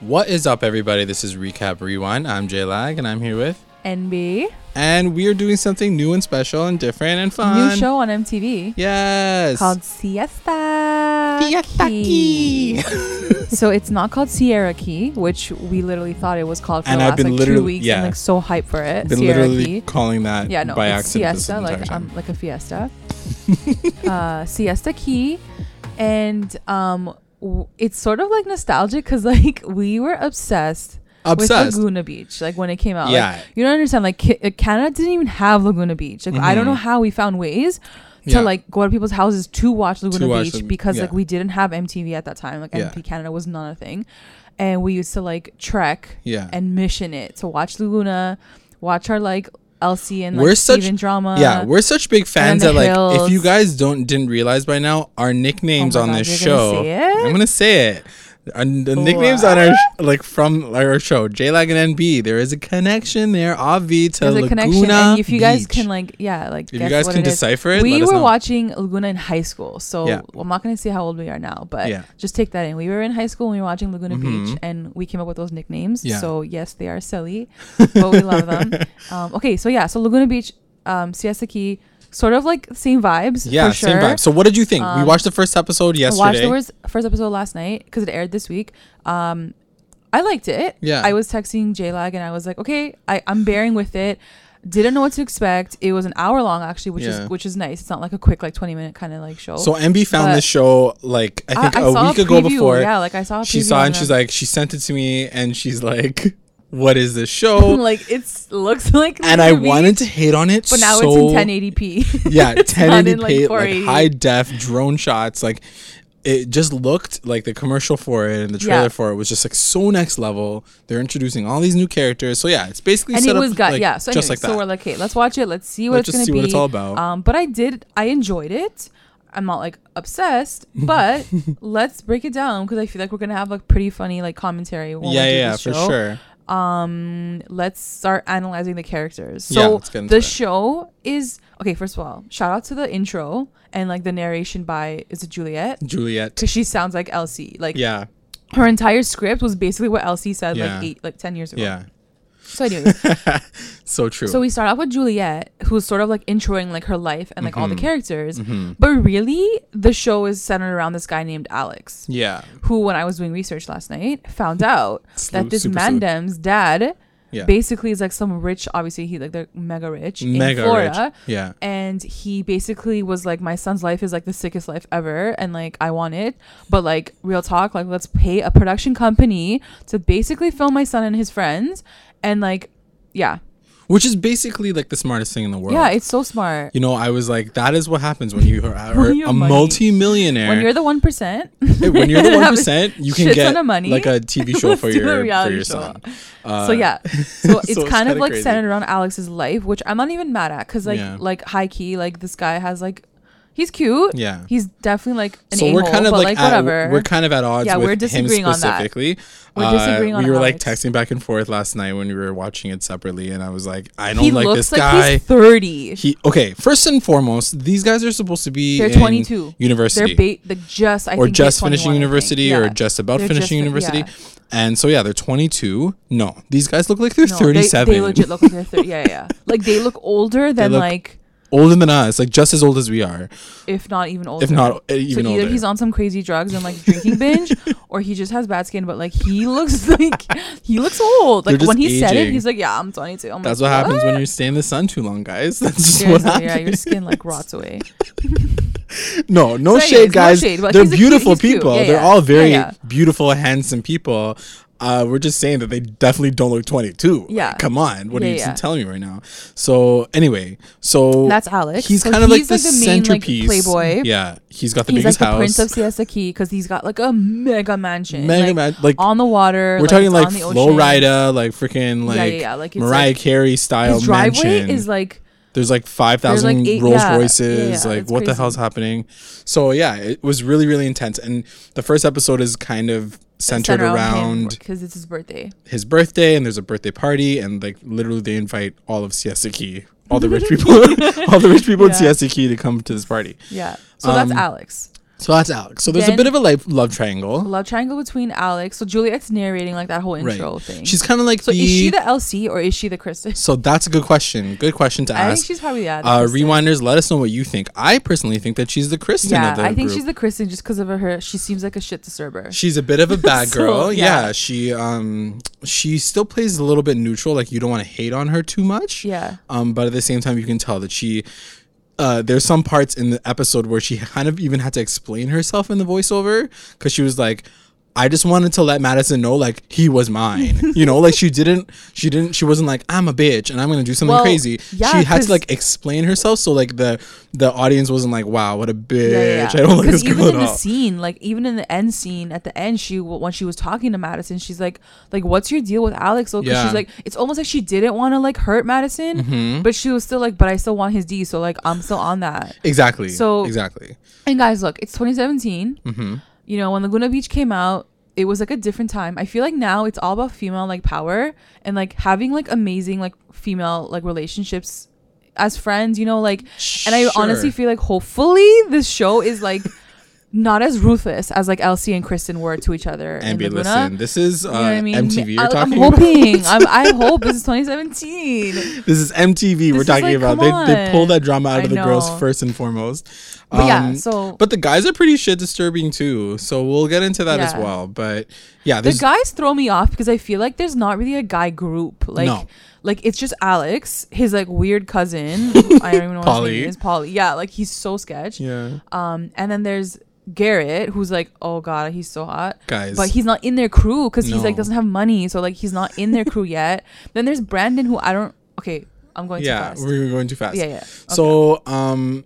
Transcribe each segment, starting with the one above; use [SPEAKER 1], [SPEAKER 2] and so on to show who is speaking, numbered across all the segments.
[SPEAKER 1] What is up, everybody? This is Recap Rewind. I'm J Lag, and I'm here with,
[SPEAKER 2] NB.
[SPEAKER 1] and we are doing something new and special and different and fun.
[SPEAKER 2] New show on MTV
[SPEAKER 1] yes.
[SPEAKER 2] called Siesta.
[SPEAKER 1] Fiesta Key.
[SPEAKER 2] so it's not called Sierra Key, which we literally thought it was called for
[SPEAKER 1] And
[SPEAKER 2] the
[SPEAKER 1] I've
[SPEAKER 2] last
[SPEAKER 1] been
[SPEAKER 2] like
[SPEAKER 1] literally-
[SPEAKER 2] two weeks
[SPEAKER 1] yeah.
[SPEAKER 2] and like so hyped for it.
[SPEAKER 1] Been
[SPEAKER 2] Sierra
[SPEAKER 1] literally
[SPEAKER 2] Key.
[SPEAKER 1] calling that
[SPEAKER 2] Yeah, no,
[SPEAKER 1] by
[SPEAKER 2] it's
[SPEAKER 1] accident. this
[SPEAKER 2] Siesta,
[SPEAKER 1] entire
[SPEAKER 2] like
[SPEAKER 1] time.
[SPEAKER 2] um like a fiesta. uh Siesta Key. And um w- it's sort of like nostalgic because like we were obsessed
[SPEAKER 1] obsessed.
[SPEAKER 2] with Laguna Beach, like when it came out. Like,
[SPEAKER 1] Yeah.
[SPEAKER 2] you don't understand. Like Ca- uh, Canada didn't even have Laguna Beach. Like I don't know how we found ways to
[SPEAKER 1] Mm-hmm. Yeah.
[SPEAKER 2] like go to people's houses to watch Laguna
[SPEAKER 1] watch
[SPEAKER 2] Beach
[SPEAKER 1] Lagu-
[SPEAKER 2] because like
[SPEAKER 1] yeah.
[SPEAKER 2] we didn't have MTV at that time. Like
[SPEAKER 1] Yeah.
[SPEAKER 2] MTV Canada was not a thing, and we used to like trek
[SPEAKER 1] Yeah.
[SPEAKER 2] and mission it to watch Laguna, watch our like Elsie and like
[SPEAKER 1] We're such-
[SPEAKER 2] Steven drama.
[SPEAKER 1] yeah, we're such big fans that
[SPEAKER 2] and the
[SPEAKER 1] like if you
[SPEAKER 2] hills.
[SPEAKER 1] guys don't didn't realize by now, our nicknames
[SPEAKER 2] Oh my
[SPEAKER 1] on
[SPEAKER 2] God,
[SPEAKER 1] this
[SPEAKER 2] you're gonna
[SPEAKER 1] show.
[SPEAKER 2] say it?
[SPEAKER 1] I'm gonna say it. Our, the nicknames on our sh- like from our show, J Lag and NB. There is a connection there, obvi to
[SPEAKER 2] there's
[SPEAKER 1] Laguna
[SPEAKER 2] a connection, and if you guys
[SPEAKER 1] Beach.
[SPEAKER 2] can like, yeah, like
[SPEAKER 1] if you
[SPEAKER 2] guess
[SPEAKER 1] guys
[SPEAKER 2] what
[SPEAKER 1] can
[SPEAKER 2] it is.
[SPEAKER 1] decipher it,
[SPEAKER 2] we
[SPEAKER 1] let us
[SPEAKER 2] were
[SPEAKER 1] know.
[SPEAKER 2] watching Laguna in high school, so
[SPEAKER 1] Yeah.
[SPEAKER 2] well, I'm not gonna say how old we are now, but
[SPEAKER 1] Yeah.
[SPEAKER 2] just take that in. We were in high school and we were watching Laguna
[SPEAKER 1] Mhm.
[SPEAKER 2] Beach, and we came up with those nicknames.
[SPEAKER 1] Yeah.
[SPEAKER 2] So yes, they are silly, but we love them. Um, okay, so yeah, so Laguna Beach, um, Siesta Key, sort of like same vibes.
[SPEAKER 1] yeah,
[SPEAKER 2] for sure.
[SPEAKER 1] same vibe. So what did you think? we
[SPEAKER 2] Um,
[SPEAKER 1] watched the first episode yesterday.
[SPEAKER 2] Watched the first, first episode last night because it aired this week. Um, I liked it.
[SPEAKER 1] Yeah.
[SPEAKER 2] I was texting J Lag and I was like, okay, I, I'm bearing with it. Didn't know what to expect. It was an hour long actually, which
[SPEAKER 1] Yeah.
[SPEAKER 2] is which is nice. It's not like a quick like 20 minute kind of like show.
[SPEAKER 1] so MB found
[SPEAKER 2] But-
[SPEAKER 1] this show like I think
[SPEAKER 2] I- I
[SPEAKER 1] a
[SPEAKER 2] saw
[SPEAKER 1] week ago
[SPEAKER 2] preview.
[SPEAKER 1] before.
[SPEAKER 2] Yeah, like I saw. A
[SPEAKER 1] she
[SPEAKER 2] preview
[SPEAKER 1] saw it
[SPEAKER 2] on
[SPEAKER 1] and she's
[SPEAKER 2] them.
[SPEAKER 1] like she sent it to me and she's like, "What is this show?"
[SPEAKER 2] like it's looks like.
[SPEAKER 1] "Oh." and I
[SPEAKER 2] Laguna Beach,
[SPEAKER 1] wanted to hate on it.
[SPEAKER 2] but now
[SPEAKER 1] so-
[SPEAKER 2] it's in 1080p.
[SPEAKER 1] Yeah,
[SPEAKER 2] It's not in,
[SPEAKER 1] 1080p,
[SPEAKER 2] like,
[SPEAKER 1] like,
[SPEAKER 2] 480.
[SPEAKER 1] high def drone shots. Like it just looked like the commercial for it and the
[SPEAKER 2] Yeah.
[SPEAKER 1] trailer for it was just like so next level. They're introducing all these new characters. So yeah, it's basically
[SPEAKER 2] and
[SPEAKER 1] set
[SPEAKER 2] it
[SPEAKER 1] up
[SPEAKER 2] was got
[SPEAKER 1] like,
[SPEAKER 2] yeah. So
[SPEAKER 1] just
[SPEAKER 2] anyway,
[SPEAKER 1] like that.
[SPEAKER 2] so we're like, okay, let's watch it. Let's see what
[SPEAKER 1] Let's
[SPEAKER 2] it's
[SPEAKER 1] just
[SPEAKER 2] gonna
[SPEAKER 1] see
[SPEAKER 2] be.
[SPEAKER 1] what it's all about.
[SPEAKER 2] Um, but I did. I enjoyed it. I'm not like obsessed, but let's break it down because I feel like we're gonna have like pretty funny like commentary. When
[SPEAKER 1] yeah,
[SPEAKER 2] we do
[SPEAKER 1] yeah,
[SPEAKER 2] this
[SPEAKER 1] for
[SPEAKER 2] show.
[SPEAKER 1] sure.
[SPEAKER 2] Um, let's start analyzing the characters.
[SPEAKER 1] Yeah,
[SPEAKER 2] So
[SPEAKER 1] let's get into
[SPEAKER 2] the
[SPEAKER 1] it.
[SPEAKER 2] show is okay. First of all, shout out to the intro and like the narration by is it Juliet?
[SPEAKER 1] Juliet.
[SPEAKER 2] Because she sounds like Elsie. Like
[SPEAKER 1] Yeah,
[SPEAKER 2] her entire script was basically what Elsie said
[SPEAKER 1] Yeah.
[SPEAKER 2] like eight, like ten years ago.
[SPEAKER 1] yeah.
[SPEAKER 2] So anyways,
[SPEAKER 1] So true.
[SPEAKER 2] So we start off with Juliet, who's sort of like introing like her life and like all the
[SPEAKER 1] Mm-hmm.
[SPEAKER 2] characters. But really, the show is centered around this guy named Alex,
[SPEAKER 1] yeah,
[SPEAKER 2] who, when I was doing research last night, found out
[SPEAKER 1] Sleuth,
[SPEAKER 2] that this
[SPEAKER 1] super
[SPEAKER 2] Mandem's dad
[SPEAKER 1] yeah.
[SPEAKER 2] basically is like some rich. Obviously, he like they're mega rich
[SPEAKER 1] Mega
[SPEAKER 2] in Florida.
[SPEAKER 1] rich. Yeah.
[SPEAKER 2] And he basically was like, My son's life is like the sickest life ever. And like, I want it. But like, real talk, like, let's pay a production company to basically film my son and his friends. And like, yeah.
[SPEAKER 1] Which is basically like the smartest thing in the world.
[SPEAKER 2] Yeah, it's so smart.
[SPEAKER 1] You know, I was like, that is what happens when you are, are
[SPEAKER 2] you
[SPEAKER 1] a
[SPEAKER 2] have money.
[SPEAKER 1] multi-millionaire.
[SPEAKER 2] when you're the one percent
[SPEAKER 1] Hey, when you're the one percent, you can
[SPEAKER 2] shit
[SPEAKER 1] get
[SPEAKER 2] ton of money.
[SPEAKER 1] like a TV show
[SPEAKER 2] Let's
[SPEAKER 1] for
[SPEAKER 2] do a
[SPEAKER 1] your for
[SPEAKER 2] reality
[SPEAKER 1] your
[SPEAKER 2] show.
[SPEAKER 1] son. Uh,
[SPEAKER 2] so yeah so it's
[SPEAKER 1] it's
[SPEAKER 2] kind of
[SPEAKER 1] kinda
[SPEAKER 2] like
[SPEAKER 1] crazy.
[SPEAKER 2] centered around alex's life which i'm not even mad at because like
[SPEAKER 1] Yeah.
[SPEAKER 2] like high key like this guy has like he's cute
[SPEAKER 1] Yeah.
[SPEAKER 2] he's definitely like an
[SPEAKER 1] So
[SPEAKER 2] a-hole
[SPEAKER 1] we're kind of
[SPEAKER 2] but,
[SPEAKER 1] like,
[SPEAKER 2] like,
[SPEAKER 1] at,
[SPEAKER 2] whatever
[SPEAKER 1] we're kind of at odds
[SPEAKER 2] Yeah,
[SPEAKER 1] with
[SPEAKER 2] we're disagreeing
[SPEAKER 1] him
[SPEAKER 2] on that.
[SPEAKER 1] specifically.
[SPEAKER 2] We're
[SPEAKER 1] Uh,
[SPEAKER 2] disagreeing on
[SPEAKER 1] we were like
[SPEAKER 2] Alex.
[SPEAKER 1] texting back and forth last night when we were watching it separately, and I was like, I don't
[SPEAKER 2] he
[SPEAKER 1] like
[SPEAKER 2] looks
[SPEAKER 1] this
[SPEAKER 2] like
[SPEAKER 1] guy.
[SPEAKER 2] he's 30
[SPEAKER 1] he okay. First and foremost, these guys are supposed to be
[SPEAKER 2] they're
[SPEAKER 1] in
[SPEAKER 2] 22
[SPEAKER 1] university.
[SPEAKER 2] they're ba- like just I
[SPEAKER 1] or
[SPEAKER 2] think they're
[SPEAKER 1] just
[SPEAKER 2] 21,
[SPEAKER 1] finishing
[SPEAKER 2] I think.
[SPEAKER 1] university
[SPEAKER 2] Yeah.
[SPEAKER 1] or just about
[SPEAKER 2] They're
[SPEAKER 1] finishing
[SPEAKER 2] just-
[SPEAKER 1] university.
[SPEAKER 2] yeah.
[SPEAKER 1] And so yeah, they're 22. No, these guys look like they're
[SPEAKER 2] No, they-
[SPEAKER 1] 37.
[SPEAKER 2] they, legit look like they're 30 yeah yeah like they look older than
[SPEAKER 1] look-
[SPEAKER 2] like
[SPEAKER 1] older than us, like just as old as we are,
[SPEAKER 2] if not even older
[SPEAKER 1] if not uh, even
[SPEAKER 2] so either
[SPEAKER 1] older.
[SPEAKER 2] he's on some crazy drugs and like drinking binge, or he just has bad skin. But like he looks like he looks old.
[SPEAKER 1] They're
[SPEAKER 2] Like when he
[SPEAKER 1] just
[SPEAKER 2] said it,
[SPEAKER 1] aging.
[SPEAKER 2] he's like, "Yeah, I'm 22." I'm
[SPEAKER 1] That's
[SPEAKER 2] like,
[SPEAKER 1] what happens when you stay in the sun too long, guys. That's just what
[SPEAKER 2] Seriously, yeah, your
[SPEAKER 1] happens.
[SPEAKER 2] skin like rots away.
[SPEAKER 1] No, no
[SPEAKER 2] So anyways,
[SPEAKER 1] shade,
[SPEAKER 2] no
[SPEAKER 1] guys.
[SPEAKER 2] shade, but
[SPEAKER 1] They're
[SPEAKER 2] he's a cute-
[SPEAKER 1] beautiful
[SPEAKER 2] he's cute.
[SPEAKER 1] people.
[SPEAKER 2] Yeah,
[SPEAKER 1] They're
[SPEAKER 2] yeah.
[SPEAKER 1] all very
[SPEAKER 2] Yeah, yeah.
[SPEAKER 1] beautiful, handsome people. Uh, we're just saying that they definitely don't look 22. Like,
[SPEAKER 2] Yeah.
[SPEAKER 1] come on. What are
[SPEAKER 2] Yeah,
[SPEAKER 1] you
[SPEAKER 2] yeah.
[SPEAKER 1] telling me right now? So, anyway, so
[SPEAKER 2] That's Alex.
[SPEAKER 1] He's
[SPEAKER 2] So
[SPEAKER 1] kind of like
[SPEAKER 2] he's,
[SPEAKER 1] the,
[SPEAKER 2] like, the main, like,
[SPEAKER 1] centerpiece.
[SPEAKER 2] playboy.
[SPEAKER 1] Yeah. He's got the
[SPEAKER 2] he's like
[SPEAKER 1] biggest
[SPEAKER 2] the
[SPEAKER 1] house.
[SPEAKER 2] prince of Siesta Key because he's got like a mega mansion,
[SPEAKER 1] Mega
[SPEAKER 2] like,
[SPEAKER 1] man- like,
[SPEAKER 2] on the water.
[SPEAKER 1] we're talking
[SPEAKER 2] it's
[SPEAKER 1] like
[SPEAKER 2] on the ocean.
[SPEAKER 1] Flowrider, like freaking like,
[SPEAKER 2] yeah, yeah, like, it's,
[SPEAKER 1] Mariah
[SPEAKER 2] like-
[SPEAKER 1] Carey style
[SPEAKER 2] His driveway
[SPEAKER 1] mansion.
[SPEAKER 2] is like
[SPEAKER 1] There's like 5,000
[SPEAKER 2] eight-
[SPEAKER 1] Rolls
[SPEAKER 2] yeah, yeah,
[SPEAKER 1] Royces.
[SPEAKER 2] yeah,
[SPEAKER 1] like,
[SPEAKER 2] it's
[SPEAKER 1] what the
[SPEAKER 2] crazy.
[SPEAKER 1] hell's happening? So, yeah, it was really, really intense. And the first episode is kind of centered around
[SPEAKER 2] because it's his birthday.
[SPEAKER 1] his birthday, and there's a birthday party. And like, literally, they invite all of Siesta Key, all the rich people, all the rich people in
[SPEAKER 2] Yeah.
[SPEAKER 1] Siesta Key to come to this party.
[SPEAKER 2] Yeah, so that's
[SPEAKER 1] Um,
[SPEAKER 2] Alex.
[SPEAKER 1] So that's Alex. So there's a
[SPEAKER 2] Then-
[SPEAKER 1] bit of a life, love triangle.
[SPEAKER 2] Love triangle between Alex. So Juliet's narrating like that whole intro
[SPEAKER 1] right.
[SPEAKER 2] thing.
[SPEAKER 1] She's kind of like
[SPEAKER 2] so
[SPEAKER 1] the,
[SPEAKER 2] is she the LC or is she the Kristen?
[SPEAKER 1] So that's a good question. Good question to
[SPEAKER 2] I think
[SPEAKER 1] ask.
[SPEAKER 2] she's probably yeah. the
[SPEAKER 1] Uh,
[SPEAKER 2] Kristen.
[SPEAKER 1] Rewinders, let us know what you think. I personally think that she's the Kristen
[SPEAKER 2] Yeah,
[SPEAKER 1] of the
[SPEAKER 2] I think
[SPEAKER 1] group.
[SPEAKER 2] she's the Kristen just because of her. She seems like a shit disturber.
[SPEAKER 1] She's a bit of a bad
[SPEAKER 2] So,
[SPEAKER 1] girl. yeah.
[SPEAKER 2] yeah.
[SPEAKER 1] she um she still plays a little bit neutral. Like you don't want to hate on her too much.
[SPEAKER 2] Yeah.
[SPEAKER 1] Um, but at the same time, you can tell that she. Uh, there's some parts in the episode where she kind of even had to explain herself in the voiceover because she was like, "I just wanted to let Madison know like he was mine," you know, like she didn't, she didn't, she wasn't like, "I'm a bitch and I'm gonna do something
[SPEAKER 2] Well,
[SPEAKER 1] crazy."
[SPEAKER 2] yeah,
[SPEAKER 1] she had
[SPEAKER 2] 'cause-
[SPEAKER 1] to like explain herself so like the the audience wasn't like, "Wow, what a bitch!
[SPEAKER 2] Yeah, yeah, yeah.
[SPEAKER 1] I don't like this
[SPEAKER 2] Because
[SPEAKER 1] girl
[SPEAKER 2] even
[SPEAKER 1] at
[SPEAKER 2] in the
[SPEAKER 1] all."
[SPEAKER 2] scene, like even in the end scene, at the end, she w- when she was talking to Madison, she's like, like, what's your deal with Alex? Because
[SPEAKER 1] Yeah. Mm-hmm.
[SPEAKER 2] she's like, it's almost like she didn't want to like hurt Madison, but she was still like, but I still want his D, so like I'm still on that.
[SPEAKER 1] exactly.
[SPEAKER 2] So-
[SPEAKER 1] exactly.
[SPEAKER 2] And guys, look, it's 2017.
[SPEAKER 1] Mm-hmm.
[SPEAKER 2] You know, when Laguna Beach came out, it was like a different time. I feel like now it's all about female like power and like having like amazing like female like relationships as friends, you know, like and I honestly
[SPEAKER 1] Sure.
[SPEAKER 2] feel like hopefully this show is like not as ruthless as like Elsie and Kristen were to each other. in
[SPEAKER 1] And be
[SPEAKER 2] Laguna.
[SPEAKER 1] listen, this is uh,
[SPEAKER 2] You know what I mean?
[SPEAKER 1] MTV you're
[SPEAKER 2] I,
[SPEAKER 1] talking
[SPEAKER 2] am hoping. I'm, I hope this is 2017.
[SPEAKER 1] about. This is MTV we're
[SPEAKER 2] is
[SPEAKER 1] talking
[SPEAKER 2] like,
[SPEAKER 1] about.
[SPEAKER 2] come
[SPEAKER 1] They, they pull
[SPEAKER 2] on.
[SPEAKER 1] that drama out of
[SPEAKER 2] I
[SPEAKER 1] the girls
[SPEAKER 2] know.
[SPEAKER 1] first and foremost. Um,
[SPEAKER 2] But yeah, so
[SPEAKER 1] But the guys are pretty shit disturbing too. So we'll get into that as
[SPEAKER 2] Yeah.
[SPEAKER 1] well. But yeah,
[SPEAKER 2] the
[SPEAKER 1] there's
[SPEAKER 2] guys throw me off because I feel like there's not really a guy group. Like,
[SPEAKER 1] No.
[SPEAKER 2] like it's just Alex, his like weird cousin. I don't even know what his
[SPEAKER 1] Polly.
[SPEAKER 2] name is. Polly. Yeah, like he's so sketch.
[SPEAKER 1] yeah
[SPEAKER 2] Um, and then there's Garrett, who's like, oh god, he's so hot.
[SPEAKER 1] guys.
[SPEAKER 2] But he's not in their crew because he's
[SPEAKER 1] No.
[SPEAKER 2] like doesn't have money, so like he's not in their crew yet. Then there's Brandon, who I don't. Okay, I'm going
[SPEAKER 1] yeah,
[SPEAKER 2] too fast.
[SPEAKER 1] we were going too fast.
[SPEAKER 2] Yeah, yeah.
[SPEAKER 1] So um,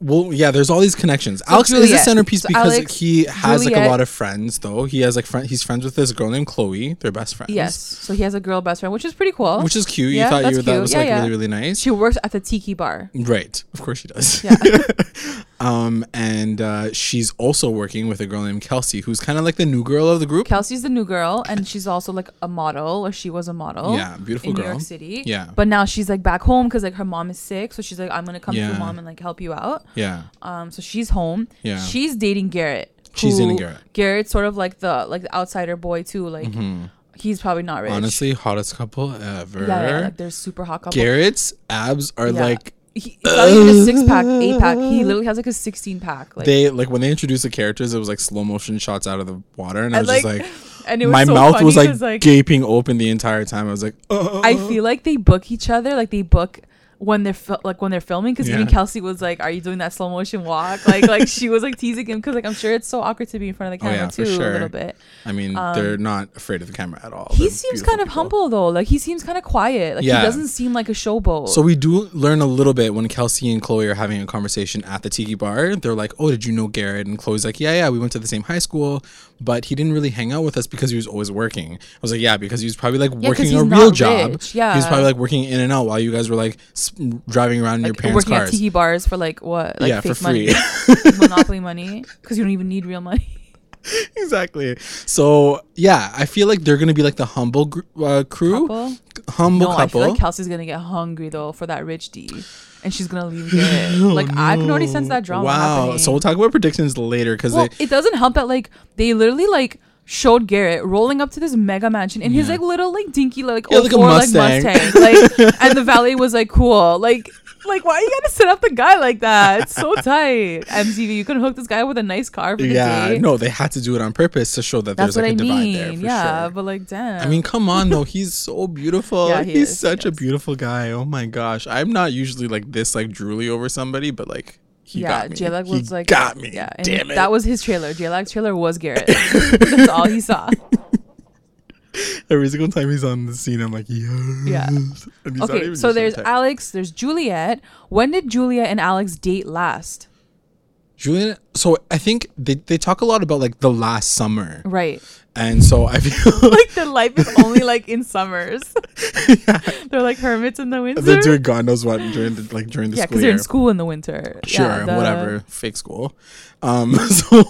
[SPEAKER 1] well, yeah, there's all these connections. Alex is a
[SPEAKER 2] Juliet.
[SPEAKER 1] centerpiece
[SPEAKER 2] So
[SPEAKER 1] because
[SPEAKER 2] Alex,
[SPEAKER 1] he has like a
[SPEAKER 2] Juliet-
[SPEAKER 1] lot of friends. Though he has like friend, he's friends with this girl named Chloe. They're best friends.
[SPEAKER 2] Yes. So he has a girl best friend, which is pretty cool.
[SPEAKER 1] Which is cute. You
[SPEAKER 2] Yeah,
[SPEAKER 1] thought you
[SPEAKER 2] that's
[SPEAKER 1] were, that
[SPEAKER 2] cute.
[SPEAKER 1] was
[SPEAKER 2] Yeah,
[SPEAKER 1] like
[SPEAKER 2] yeah.
[SPEAKER 1] really, really nice.
[SPEAKER 2] she works at the tiki bar.
[SPEAKER 1] Right. Of course she does.
[SPEAKER 2] Yeah.
[SPEAKER 1] um, and uh, she's also working with a girl named Kelsey, who's kind of like the new girl of the group.
[SPEAKER 2] Kelsey's the new girl, and she's also like a model, or she was a model.
[SPEAKER 1] Yeah, beautiful
[SPEAKER 2] in New
[SPEAKER 1] girl.
[SPEAKER 2] York City.
[SPEAKER 1] Yeah.
[SPEAKER 2] But now she's like back home because like her mom is sick, so she's like, I'm gonna come
[SPEAKER 1] Yeah.
[SPEAKER 2] to mom and like help you out.
[SPEAKER 1] yeah.
[SPEAKER 2] Um, so she's home.
[SPEAKER 1] Yeah.
[SPEAKER 2] She's dating Garrett.
[SPEAKER 1] She's dating
[SPEAKER 2] who-
[SPEAKER 1] Garrett. Mm-hmm.
[SPEAKER 2] Garrett's sort of like the like the outsider boy too. Like he's probably not rich.
[SPEAKER 1] Honestly, hottest couple ever.
[SPEAKER 2] Yeah, yeah, like they're super hot couple.
[SPEAKER 1] Garrett's abs are
[SPEAKER 2] Yeah.
[SPEAKER 1] like
[SPEAKER 2] he, it's not even a six pack, eight pack. He literally has like a sixteen pack. Like,
[SPEAKER 1] they like when they introduced the characters, it was like slow motion shots out of the water, and I
[SPEAKER 2] and,
[SPEAKER 1] was
[SPEAKER 2] like-
[SPEAKER 1] just like,
[SPEAKER 2] and it was
[SPEAKER 1] my
[SPEAKER 2] so
[SPEAKER 1] mouth
[SPEAKER 2] funny
[SPEAKER 1] was
[SPEAKER 2] 'cause,
[SPEAKER 1] like,
[SPEAKER 2] like
[SPEAKER 1] gaping open the entire time. I was like, oh,
[SPEAKER 2] I feel like they book each other, like they book when they're fil- like when they're filming. Because
[SPEAKER 1] Yeah.
[SPEAKER 2] even Kelsey was like, "Are you doing that slow motion walk?" Like, like she was like teasing him because like I'm sure it's so awkward to be in front of the
[SPEAKER 1] Oh, yeah,
[SPEAKER 2] camera
[SPEAKER 1] for
[SPEAKER 2] too
[SPEAKER 1] sure.
[SPEAKER 2] a little bit.
[SPEAKER 1] I mean, they're not afraid of the camera at all.
[SPEAKER 2] Um, He
[SPEAKER 1] They're
[SPEAKER 2] seems
[SPEAKER 1] beautiful
[SPEAKER 2] kind of
[SPEAKER 1] people.
[SPEAKER 2] humble though. Like he seems kind of quiet. Like
[SPEAKER 1] Yeah.
[SPEAKER 2] he doesn't seem like a showboat.
[SPEAKER 1] So we do learn a little bit when Kelsey and Chloe are having a conversation at the tiki bar. They're like, "Oh, did you know Garrett?" And Chloe's like, "Yeah, yeah, we went to the same high school, but he didn't really hang out with us because he was always working." I was like, "Yeah, because he was probably like
[SPEAKER 2] 'cause
[SPEAKER 1] working
[SPEAKER 2] he's
[SPEAKER 1] a
[SPEAKER 2] not
[SPEAKER 1] real job.
[SPEAKER 2] rich, yeah.
[SPEAKER 1] he was probably like working in and out while you guys were like s- driving around in your
[SPEAKER 2] like,
[SPEAKER 1] parents'
[SPEAKER 2] working
[SPEAKER 1] cars."
[SPEAKER 2] at tiki bars for like what? Like
[SPEAKER 1] Yeah, for
[SPEAKER 2] fake money, monopoly money, because you don't even need real money.
[SPEAKER 1] exactly. So yeah, I feel like they're gonna be like the humble gr- uh, crew,
[SPEAKER 2] Couple?
[SPEAKER 1] humble
[SPEAKER 2] No, I
[SPEAKER 1] couple.
[SPEAKER 2] feel like Kelsey's gonna get hungry though for that rich D, and she's gonna leave Garrett. like I can already sense that drama.
[SPEAKER 1] Oh, wow.
[SPEAKER 2] happening.
[SPEAKER 1] So we'll talk about predictions later because
[SPEAKER 2] Well,
[SPEAKER 1] they.
[SPEAKER 2] it doesn't help that like they literally like showed Garrett rolling up to this mega mansion in his like little like dinky like
[SPEAKER 1] Yeah,
[SPEAKER 2] yeah,
[SPEAKER 1] like a
[SPEAKER 2] like
[SPEAKER 1] Mustang.
[SPEAKER 2] Mustang, like and the valet was like cool like like why you gotta set up the guy like that? It's so tight. MTV, you can hook this guy with a nice car for the
[SPEAKER 1] Yeah,
[SPEAKER 2] date.
[SPEAKER 1] no, they had to do it on purpose to show that there's
[SPEAKER 2] That's
[SPEAKER 1] like
[SPEAKER 2] what
[SPEAKER 1] a
[SPEAKER 2] I
[SPEAKER 1] divide there.
[SPEAKER 2] mean.
[SPEAKER 1] For
[SPEAKER 2] Yeah,
[SPEAKER 1] sure.
[SPEAKER 2] but like damn.
[SPEAKER 1] I mean, come on though. He's so beautiful.
[SPEAKER 2] Yeah, he
[SPEAKER 1] he's
[SPEAKER 2] is,
[SPEAKER 1] such
[SPEAKER 2] he
[SPEAKER 1] a
[SPEAKER 2] is.
[SPEAKER 1] beautiful guy. Oh my gosh. I'm not usually like this like drooly over somebody, but like he
[SPEAKER 2] yeah,
[SPEAKER 1] got me.
[SPEAKER 2] J-Lag
[SPEAKER 1] he
[SPEAKER 2] was like
[SPEAKER 1] got me.
[SPEAKER 2] Yeah, and
[SPEAKER 1] Damn it.
[SPEAKER 2] That was his trailer. J-Lag's trailer was Garrett. That's all he saw.
[SPEAKER 1] every single time he's on the scene. I'm like, yes.
[SPEAKER 2] Yeah.
[SPEAKER 1] And he's not
[SPEAKER 2] Okay,
[SPEAKER 1] even
[SPEAKER 2] so
[SPEAKER 1] just
[SPEAKER 2] there's
[SPEAKER 1] on time.
[SPEAKER 2] Alex, there's Juliet. When did Juliet and Alex date last?
[SPEAKER 1] Julian. So I think they they talk a lot about like the last summer,
[SPEAKER 2] Right.
[SPEAKER 1] and so I feel
[SPEAKER 2] like their life is only like in summers. They're like hermits in the winter.
[SPEAKER 1] they're doing God knows what during the, like during the
[SPEAKER 2] yeah,
[SPEAKER 1] school
[SPEAKER 2] because
[SPEAKER 1] year.
[SPEAKER 2] they're in school in the winter.
[SPEAKER 1] sure
[SPEAKER 2] yeah, the-
[SPEAKER 1] whatever fake school um so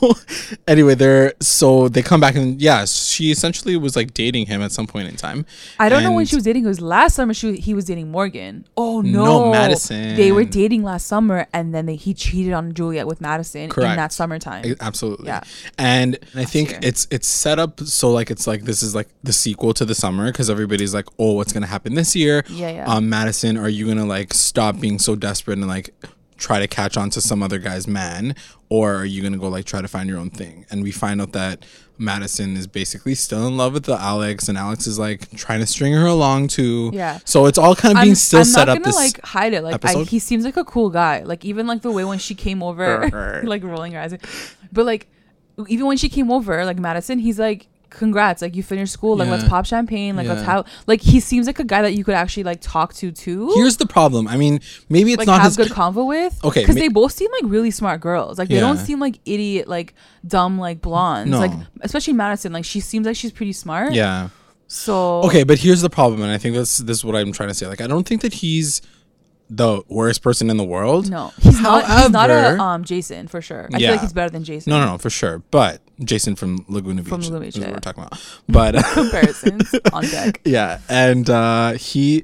[SPEAKER 1] anyway they're so they come back and yeah she essentially was like dating him at some point in time
[SPEAKER 2] I don't know when
[SPEAKER 1] And-
[SPEAKER 2] she was dating. It was last summer. She was, he was dating Morgan. Oh no,
[SPEAKER 1] Madison.
[SPEAKER 2] They were dating last summer, and then they, he cheated on Juliet with Madison
[SPEAKER 1] Correct.
[SPEAKER 2] in that summertime.
[SPEAKER 1] A- E, Absolutely.
[SPEAKER 2] Yeah.
[SPEAKER 1] And I think
[SPEAKER 2] year.
[SPEAKER 1] it's it's set up so like it's like this is like the sequel to the summer because everybody's like, oh, what's gonna happen this year?
[SPEAKER 2] Yeah, yeah.
[SPEAKER 1] Um, Madison, are you gonna like stop being so desperate and like try to catch on to some other guy's man, or are you gonna go like try to find your own thing? And we find out that Madison is basically still in love with the Alex, and Alex is like trying to string her along too.
[SPEAKER 2] Yeah.
[SPEAKER 1] So it's all kind of being still set
[SPEAKER 2] not
[SPEAKER 1] up this.
[SPEAKER 2] like hide it. Like I,
[SPEAKER 1] episode.
[SPEAKER 2] he seems like a cool guy. Like even like the way when she came over, like rolling her eyes. But like even when she came over, like Madison, he's like, "Congrats! Like you finished school. Like let's
[SPEAKER 1] Yeah.
[SPEAKER 2] pop champagne. Like let's
[SPEAKER 1] Yeah.
[SPEAKER 2] have like he seems like a guy that you could actually like talk to too.
[SPEAKER 1] Here's the problem. I mean, maybe it's
[SPEAKER 2] like
[SPEAKER 1] not
[SPEAKER 2] have
[SPEAKER 1] his
[SPEAKER 2] good convo with.
[SPEAKER 1] Okay,
[SPEAKER 2] because
[SPEAKER 1] ma-
[SPEAKER 2] they both seem like really smart girls. Like they don't
[SPEAKER 1] Yeah.
[SPEAKER 2] seem like idiot, like dumb, like blondes.
[SPEAKER 1] No.
[SPEAKER 2] Like especially Madison. Like she seems like she's pretty smart.
[SPEAKER 1] Yeah.
[SPEAKER 2] So
[SPEAKER 1] Okay, but here's the problem, and I think this this is what I'm trying to say. Like, I don't think that he's the worst person in the world.
[SPEAKER 2] No, he's not. He's not
[SPEAKER 1] However-
[SPEAKER 2] a um Jason for sure. I feel like
[SPEAKER 1] Yeah.
[SPEAKER 2] he's better than Jason.
[SPEAKER 1] No, no, no, for sure. But Jason from Laguna Beach,
[SPEAKER 2] From Laguna Beach,
[SPEAKER 1] is what
[SPEAKER 2] yeah.
[SPEAKER 1] we're talking about. But
[SPEAKER 2] comparisons on deck.
[SPEAKER 1] yeah, and uh, he,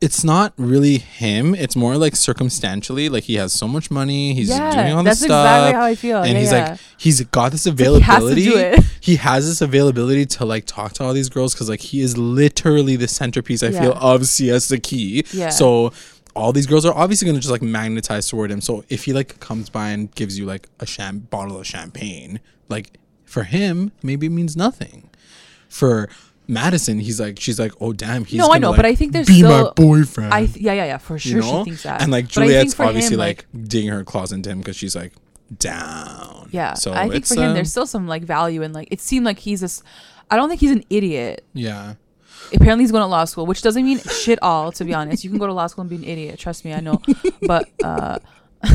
[SPEAKER 1] it's not really him. It's more like circumstantially. Like he has so much money. He's
[SPEAKER 2] Yeah,
[SPEAKER 1] doing all
[SPEAKER 2] that's
[SPEAKER 1] this stuff.
[SPEAKER 2] exactly how I feel.
[SPEAKER 1] And
[SPEAKER 2] Yeah,
[SPEAKER 1] he's
[SPEAKER 2] yeah.
[SPEAKER 1] like, he's got this
[SPEAKER 2] like he has to
[SPEAKER 1] availability.
[SPEAKER 2] do it.
[SPEAKER 1] he has this availability to like talk to all these girls because like he is literally the centerpiece I feel
[SPEAKER 2] Yeah.
[SPEAKER 1] of CS the key.
[SPEAKER 2] Yeah.
[SPEAKER 1] So all these girls are obviously gonna just like magnetize toward him. So if he like comes by and gives you like a sham bottle of champagne, like for him maybe it means nothing. For Madison, he's like she's like oh damn he's
[SPEAKER 2] No, I
[SPEAKER 1] gonna,
[SPEAKER 2] know,
[SPEAKER 1] like,
[SPEAKER 2] but I think there's
[SPEAKER 1] be my
[SPEAKER 2] still-
[SPEAKER 1] boyfriend.
[SPEAKER 2] I th- yeah yeah yeah for sure
[SPEAKER 1] you know,
[SPEAKER 2] she thinks that.
[SPEAKER 1] and like
[SPEAKER 2] But I think
[SPEAKER 1] Juliet's
[SPEAKER 2] for him,
[SPEAKER 1] obviously like, digging her claws into him because she's like down.
[SPEAKER 2] yeah. So I think for him
[SPEAKER 1] um,
[SPEAKER 2] there's still some like value in like it seemed like he's a. s- I don't think he's an idiot.
[SPEAKER 1] um, yeah.
[SPEAKER 2] Apparently he's going to law school, which doesn't mean shit all to be honest. You can go to law school and be an idiot. Trust me, I know. But uh,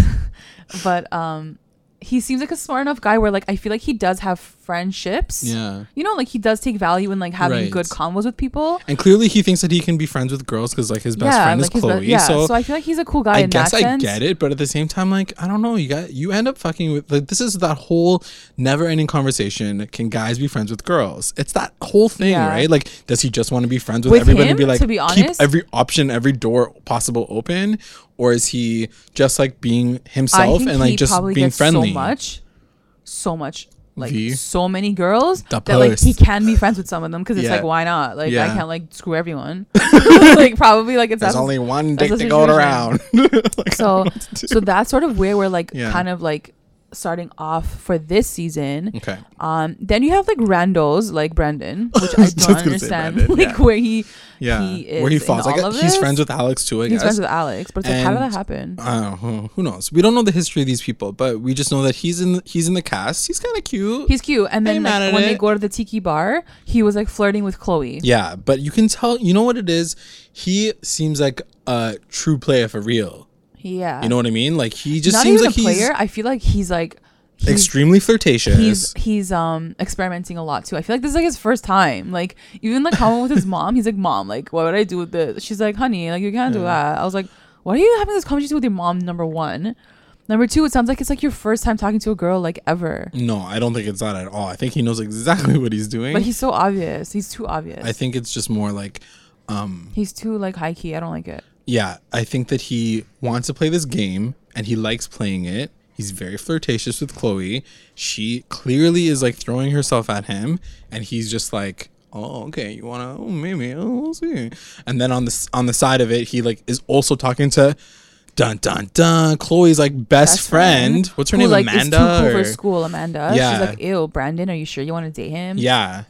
[SPEAKER 2] but um, he seems like a smart enough guy where like I feel like he does have friendships.
[SPEAKER 1] Yeah.
[SPEAKER 2] You know, like he does take value in like having
[SPEAKER 1] Right.
[SPEAKER 2] good convos with people.
[SPEAKER 1] And clearly, he thinks that he can be friends with girls because like his best friend is
[SPEAKER 2] his
[SPEAKER 1] Chloe.
[SPEAKER 2] be- yeah,
[SPEAKER 1] so,
[SPEAKER 2] I feel like he's a cool guy
[SPEAKER 1] I
[SPEAKER 2] in
[SPEAKER 1] guess
[SPEAKER 2] that
[SPEAKER 1] I
[SPEAKER 2] sense.
[SPEAKER 1] get it, but at the same time, like I don't know, you got you end up fucking with like this is that whole never-ending conversation. Can guys be friends with girls? It's that whole thing,
[SPEAKER 2] Yeah.
[SPEAKER 1] right? Like, does he just want to be friends with,
[SPEAKER 2] With
[SPEAKER 1] everybody?
[SPEAKER 2] him,
[SPEAKER 1] and be like,
[SPEAKER 2] to be honest?
[SPEAKER 1] keep every option, every door possible open, or is he just like being
[SPEAKER 2] I
[SPEAKER 1] himself
[SPEAKER 2] think
[SPEAKER 1] and
[SPEAKER 2] he
[SPEAKER 1] like just
[SPEAKER 2] probably
[SPEAKER 1] being
[SPEAKER 2] gets
[SPEAKER 1] friendly?
[SPEAKER 2] so much, so much, like
[SPEAKER 1] V.
[SPEAKER 2] so many girls
[SPEAKER 1] The
[SPEAKER 2] that like he
[SPEAKER 1] purse.
[SPEAKER 2] can be friends with some of them because it's
[SPEAKER 1] Yeah.
[SPEAKER 2] like why not? Like I
[SPEAKER 1] Yeah.
[SPEAKER 2] can't like screw everyone. like probably like it's
[SPEAKER 1] There's
[SPEAKER 2] that-
[SPEAKER 1] only one
[SPEAKER 2] that's
[SPEAKER 1] dick
[SPEAKER 2] the
[SPEAKER 1] to go
[SPEAKER 2] situation.
[SPEAKER 1] around. Like,
[SPEAKER 2] so so that's sort of where we're like
[SPEAKER 1] Yeah.
[SPEAKER 2] kind of like starting off for this season.
[SPEAKER 1] okay,
[SPEAKER 2] Um, then you have like randos like Brandon, which I
[SPEAKER 1] was just
[SPEAKER 2] don't
[SPEAKER 1] gonna say
[SPEAKER 2] understand
[SPEAKER 1] Brandon,
[SPEAKER 2] like
[SPEAKER 1] yeah.
[SPEAKER 2] where he
[SPEAKER 1] yeah,
[SPEAKER 2] he is
[SPEAKER 1] where he falls.
[SPEAKER 2] in
[SPEAKER 1] Like uh,
[SPEAKER 2] all of
[SPEAKER 1] he's
[SPEAKER 2] this.
[SPEAKER 1] friends with Alex too. I
[SPEAKER 2] He's
[SPEAKER 1] guess
[SPEAKER 2] friends with Alex, but it's like how did
[SPEAKER 1] And-
[SPEAKER 2] that happen?
[SPEAKER 1] Uh, who who knows? We don't know the history of these people, but we just know that he's in he's in the cast. He's kind of cute.
[SPEAKER 2] He's cute. And then
[SPEAKER 1] Ain't mad
[SPEAKER 2] like,
[SPEAKER 1] at
[SPEAKER 2] when they
[SPEAKER 1] it.
[SPEAKER 2] go to the tiki bar, he was like flirting with Chloe.
[SPEAKER 1] yeah, but you can tell. You know what it is? He seems like a true player for real.
[SPEAKER 2] Yeah.
[SPEAKER 1] You know what I mean? Like he just
[SPEAKER 2] not
[SPEAKER 1] seems
[SPEAKER 2] even
[SPEAKER 1] like
[SPEAKER 2] a
[SPEAKER 1] he's
[SPEAKER 2] player. I feel like he's like he's,
[SPEAKER 1] extremely flirtatious.
[SPEAKER 2] he's he's um experimenting a lot too. I feel like this is like his first time. Like even like comment with his mom, he's like, Mom, like what would I do with this? She's like, Honey, like you can't do that. I was like, Why are you having this conversation with your mom, number one? Number two, it sounds like it's like your first time talking to a girl like ever.
[SPEAKER 1] no, I don't think it's that at all. I think he knows exactly what he's doing.
[SPEAKER 2] But he's so obvious. He's too obvious.
[SPEAKER 1] I think it's just more like, um,
[SPEAKER 2] he's too like high key. I don't like it.
[SPEAKER 1] yeah. I think that he wants to play this game and he likes playing it. He's very flirtatious with Chloe. She clearly is like throwing herself at him, and he's just like, "Oh, okay, you wanna? Oh, maybe. Oh, we'll see." And then on the s- on the side of it, he like is also talking to, dun dun dun. Chloe's like best,
[SPEAKER 2] best
[SPEAKER 1] friend. What's her
[SPEAKER 2] who,
[SPEAKER 1] name?
[SPEAKER 2] Like,
[SPEAKER 1] Amanda.
[SPEAKER 2] Is too cool
[SPEAKER 1] or-
[SPEAKER 2] for school, Amanda.
[SPEAKER 1] Yeah.
[SPEAKER 2] She's like, ew, Brandon, are you sure you want to date him?
[SPEAKER 1] yeah,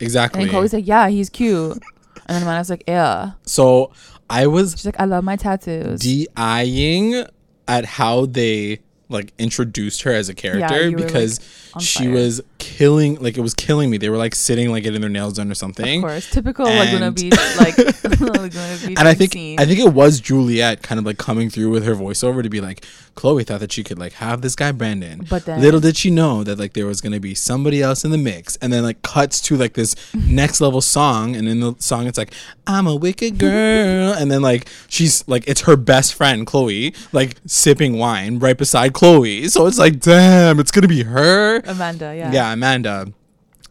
[SPEAKER 1] exactly.
[SPEAKER 2] And Chloe's like, yeah, he's cute. And then Amanda's like, yeah.
[SPEAKER 1] so I was
[SPEAKER 2] She's like, I love my tattoos.
[SPEAKER 1] DIing at how they like introduced her as a character
[SPEAKER 2] you were, like,
[SPEAKER 1] because
[SPEAKER 2] on
[SPEAKER 1] she
[SPEAKER 2] fire.
[SPEAKER 1] was killing like it was killing me. They were like sitting like getting their nails done or something.
[SPEAKER 2] of course, typical Laguna
[SPEAKER 1] And-
[SPEAKER 2] Beach, like Laguna Beach.
[SPEAKER 1] And I think
[SPEAKER 2] scene.
[SPEAKER 1] I think it was Juliet kind of like coming through with her voiceover to be like, Chloe thought that she could like have this guy Brandon.
[SPEAKER 2] But then-
[SPEAKER 1] little did she know that like there was gonna be somebody else in the mix. And then like cuts to like this next level song, and in the song it's like, I'm a wicked girl, and then like she's like it's her best friend Chloe like sipping wine right beside Chloe. So it's like, damn, it's gonna be her.
[SPEAKER 2] Amanda, yeah,
[SPEAKER 1] Yeah, Amanda.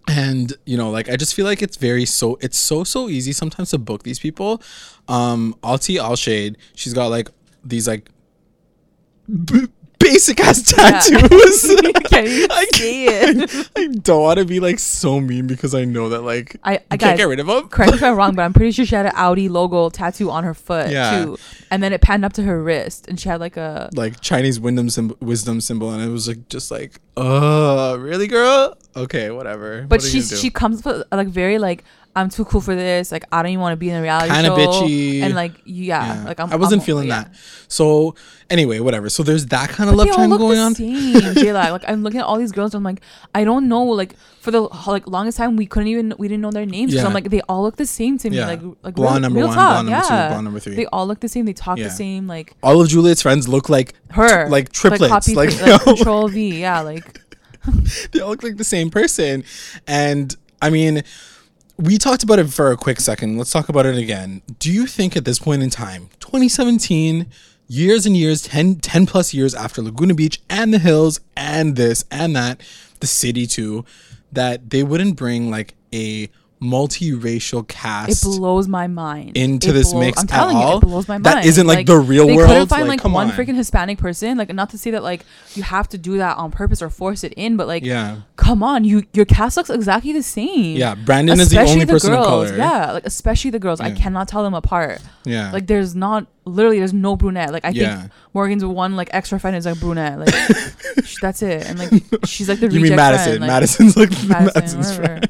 [SPEAKER 1] And you know, like I just feel like it's very so it's so so easy sometimes to book these people. Um Alti Alshade, she's got like these like b- basic ass
[SPEAKER 2] Yeah.
[SPEAKER 1] tattoos.
[SPEAKER 2] You can't even
[SPEAKER 1] I
[SPEAKER 2] see it.
[SPEAKER 1] I, I don't want to be like so mean because I know that like
[SPEAKER 2] I- I
[SPEAKER 1] you
[SPEAKER 2] guys,
[SPEAKER 1] can't get rid of them.
[SPEAKER 2] Correct me if I'm wrong, but I'm pretty sure she had an Audi logo tattoo on her foot
[SPEAKER 1] Yeah.
[SPEAKER 2] too, and then it panned up to her wrist, and she had like a
[SPEAKER 1] like Chinese wisdom symb- wisdom symbol, and it was like just like, uh, really, girl? Okay, whatever.
[SPEAKER 2] But
[SPEAKER 1] What are you
[SPEAKER 2] she's
[SPEAKER 1] gonna do?
[SPEAKER 2] she comes with like very like I'm too cool for this. Like I don't even want to be in a reality
[SPEAKER 1] Kinda
[SPEAKER 2] show.
[SPEAKER 1] bitchy.
[SPEAKER 2] And like yeah,
[SPEAKER 1] Yeah.
[SPEAKER 2] like I'm.
[SPEAKER 1] I wasn't
[SPEAKER 2] I'm-
[SPEAKER 1] feeling
[SPEAKER 2] yeah.
[SPEAKER 1] that. So anyway, whatever. So there's that kind of
[SPEAKER 2] But
[SPEAKER 1] love
[SPEAKER 2] they all
[SPEAKER 1] triangle going
[SPEAKER 2] look the
[SPEAKER 1] on.
[SPEAKER 2] Same, J-Lo. Like I'm looking at all these girls. And I'm like I don't know. Like for the ho- like longest time we couldn't even we didn't know their names. because
[SPEAKER 1] Yeah.
[SPEAKER 2] I'm like they all look the same to me.
[SPEAKER 1] Yeah.
[SPEAKER 2] Like like
[SPEAKER 1] Blonde
[SPEAKER 2] real-
[SPEAKER 1] number
[SPEAKER 2] real
[SPEAKER 1] one,
[SPEAKER 2] talk,
[SPEAKER 1] blonde number two,
[SPEAKER 2] yeah.
[SPEAKER 1] blonde number three.
[SPEAKER 2] They all look the same. They talk
[SPEAKER 1] Yeah.
[SPEAKER 2] the same. Like
[SPEAKER 1] All of Juliet's friends look like
[SPEAKER 2] her
[SPEAKER 1] like triplets,
[SPEAKER 2] copy
[SPEAKER 1] like,
[SPEAKER 2] paste,
[SPEAKER 1] you know,
[SPEAKER 2] control V. Yeah, like
[SPEAKER 1] they all look like the same person. And I mean, we talked about it for a quick second. Let's talk about it again. Do you think at this point in time, 2017, years and years, 10, 10 plus years after Laguna Beach and the hills and this and that, the city too, that they wouldn't bring like a multiracial
[SPEAKER 2] it
[SPEAKER 1] cast?
[SPEAKER 2] blows my mind
[SPEAKER 1] into
[SPEAKER 2] It
[SPEAKER 1] this
[SPEAKER 2] blow-
[SPEAKER 1] mix
[SPEAKER 2] I'm
[SPEAKER 1] at
[SPEAKER 2] telling you,
[SPEAKER 1] all?
[SPEAKER 2] it blows my mind.
[SPEAKER 1] That isn't, like, the real
[SPEAKER 2] they
[SPEAKER 1] world?
[SPEAKER 2] couldn't find
[SPEAKER 1] Like,
[SPEAKER 2] like,
[SPEAKER 1] come
[SPEAKER 2] one
[SPEAKER 1] on.
[SPEAKER 2] freaking Hispanic person. Like not to say that like you have to do that on purpose or force it in, but like
[SPEAKER 1] Yeah.
[SPEAKER 2] come on, you your cast looks exactly the same.
[SPEAKER 1] Yeah, Brandon is the
[SPEAKER 2] Especially
[SPEAKER 1] only person of
[SPEAKER 2] girls.
[SPEAKER 1] color.
[SPEAKER 2] Yeah, like especially the girls, I
[SPEAKER 1] Yeah.
[SPEAKER 2] cannot tell them apart.
[SPEAKER 1] Yeah.
[SPEAKER 2] Like there's not literally there's no brunette. Like I
[SPEAKER 1] Yeah.
[SPEAKER 2] think Morgan's one like extra friend is like brunette. Like sh- that's it. And like she's like the
[SPEAKER 1] you
[SPEAKER 2] reject
[SPEAKER 1] mean Madison?
[SPEAKER 2] friend, like,
[SPEAKER 1] Madison's like
[SPEAKER 2] Madison,
[SPEAKER 1] Madison's
[SPEAKER 2] whatever.
[SPEAKER 1] friend.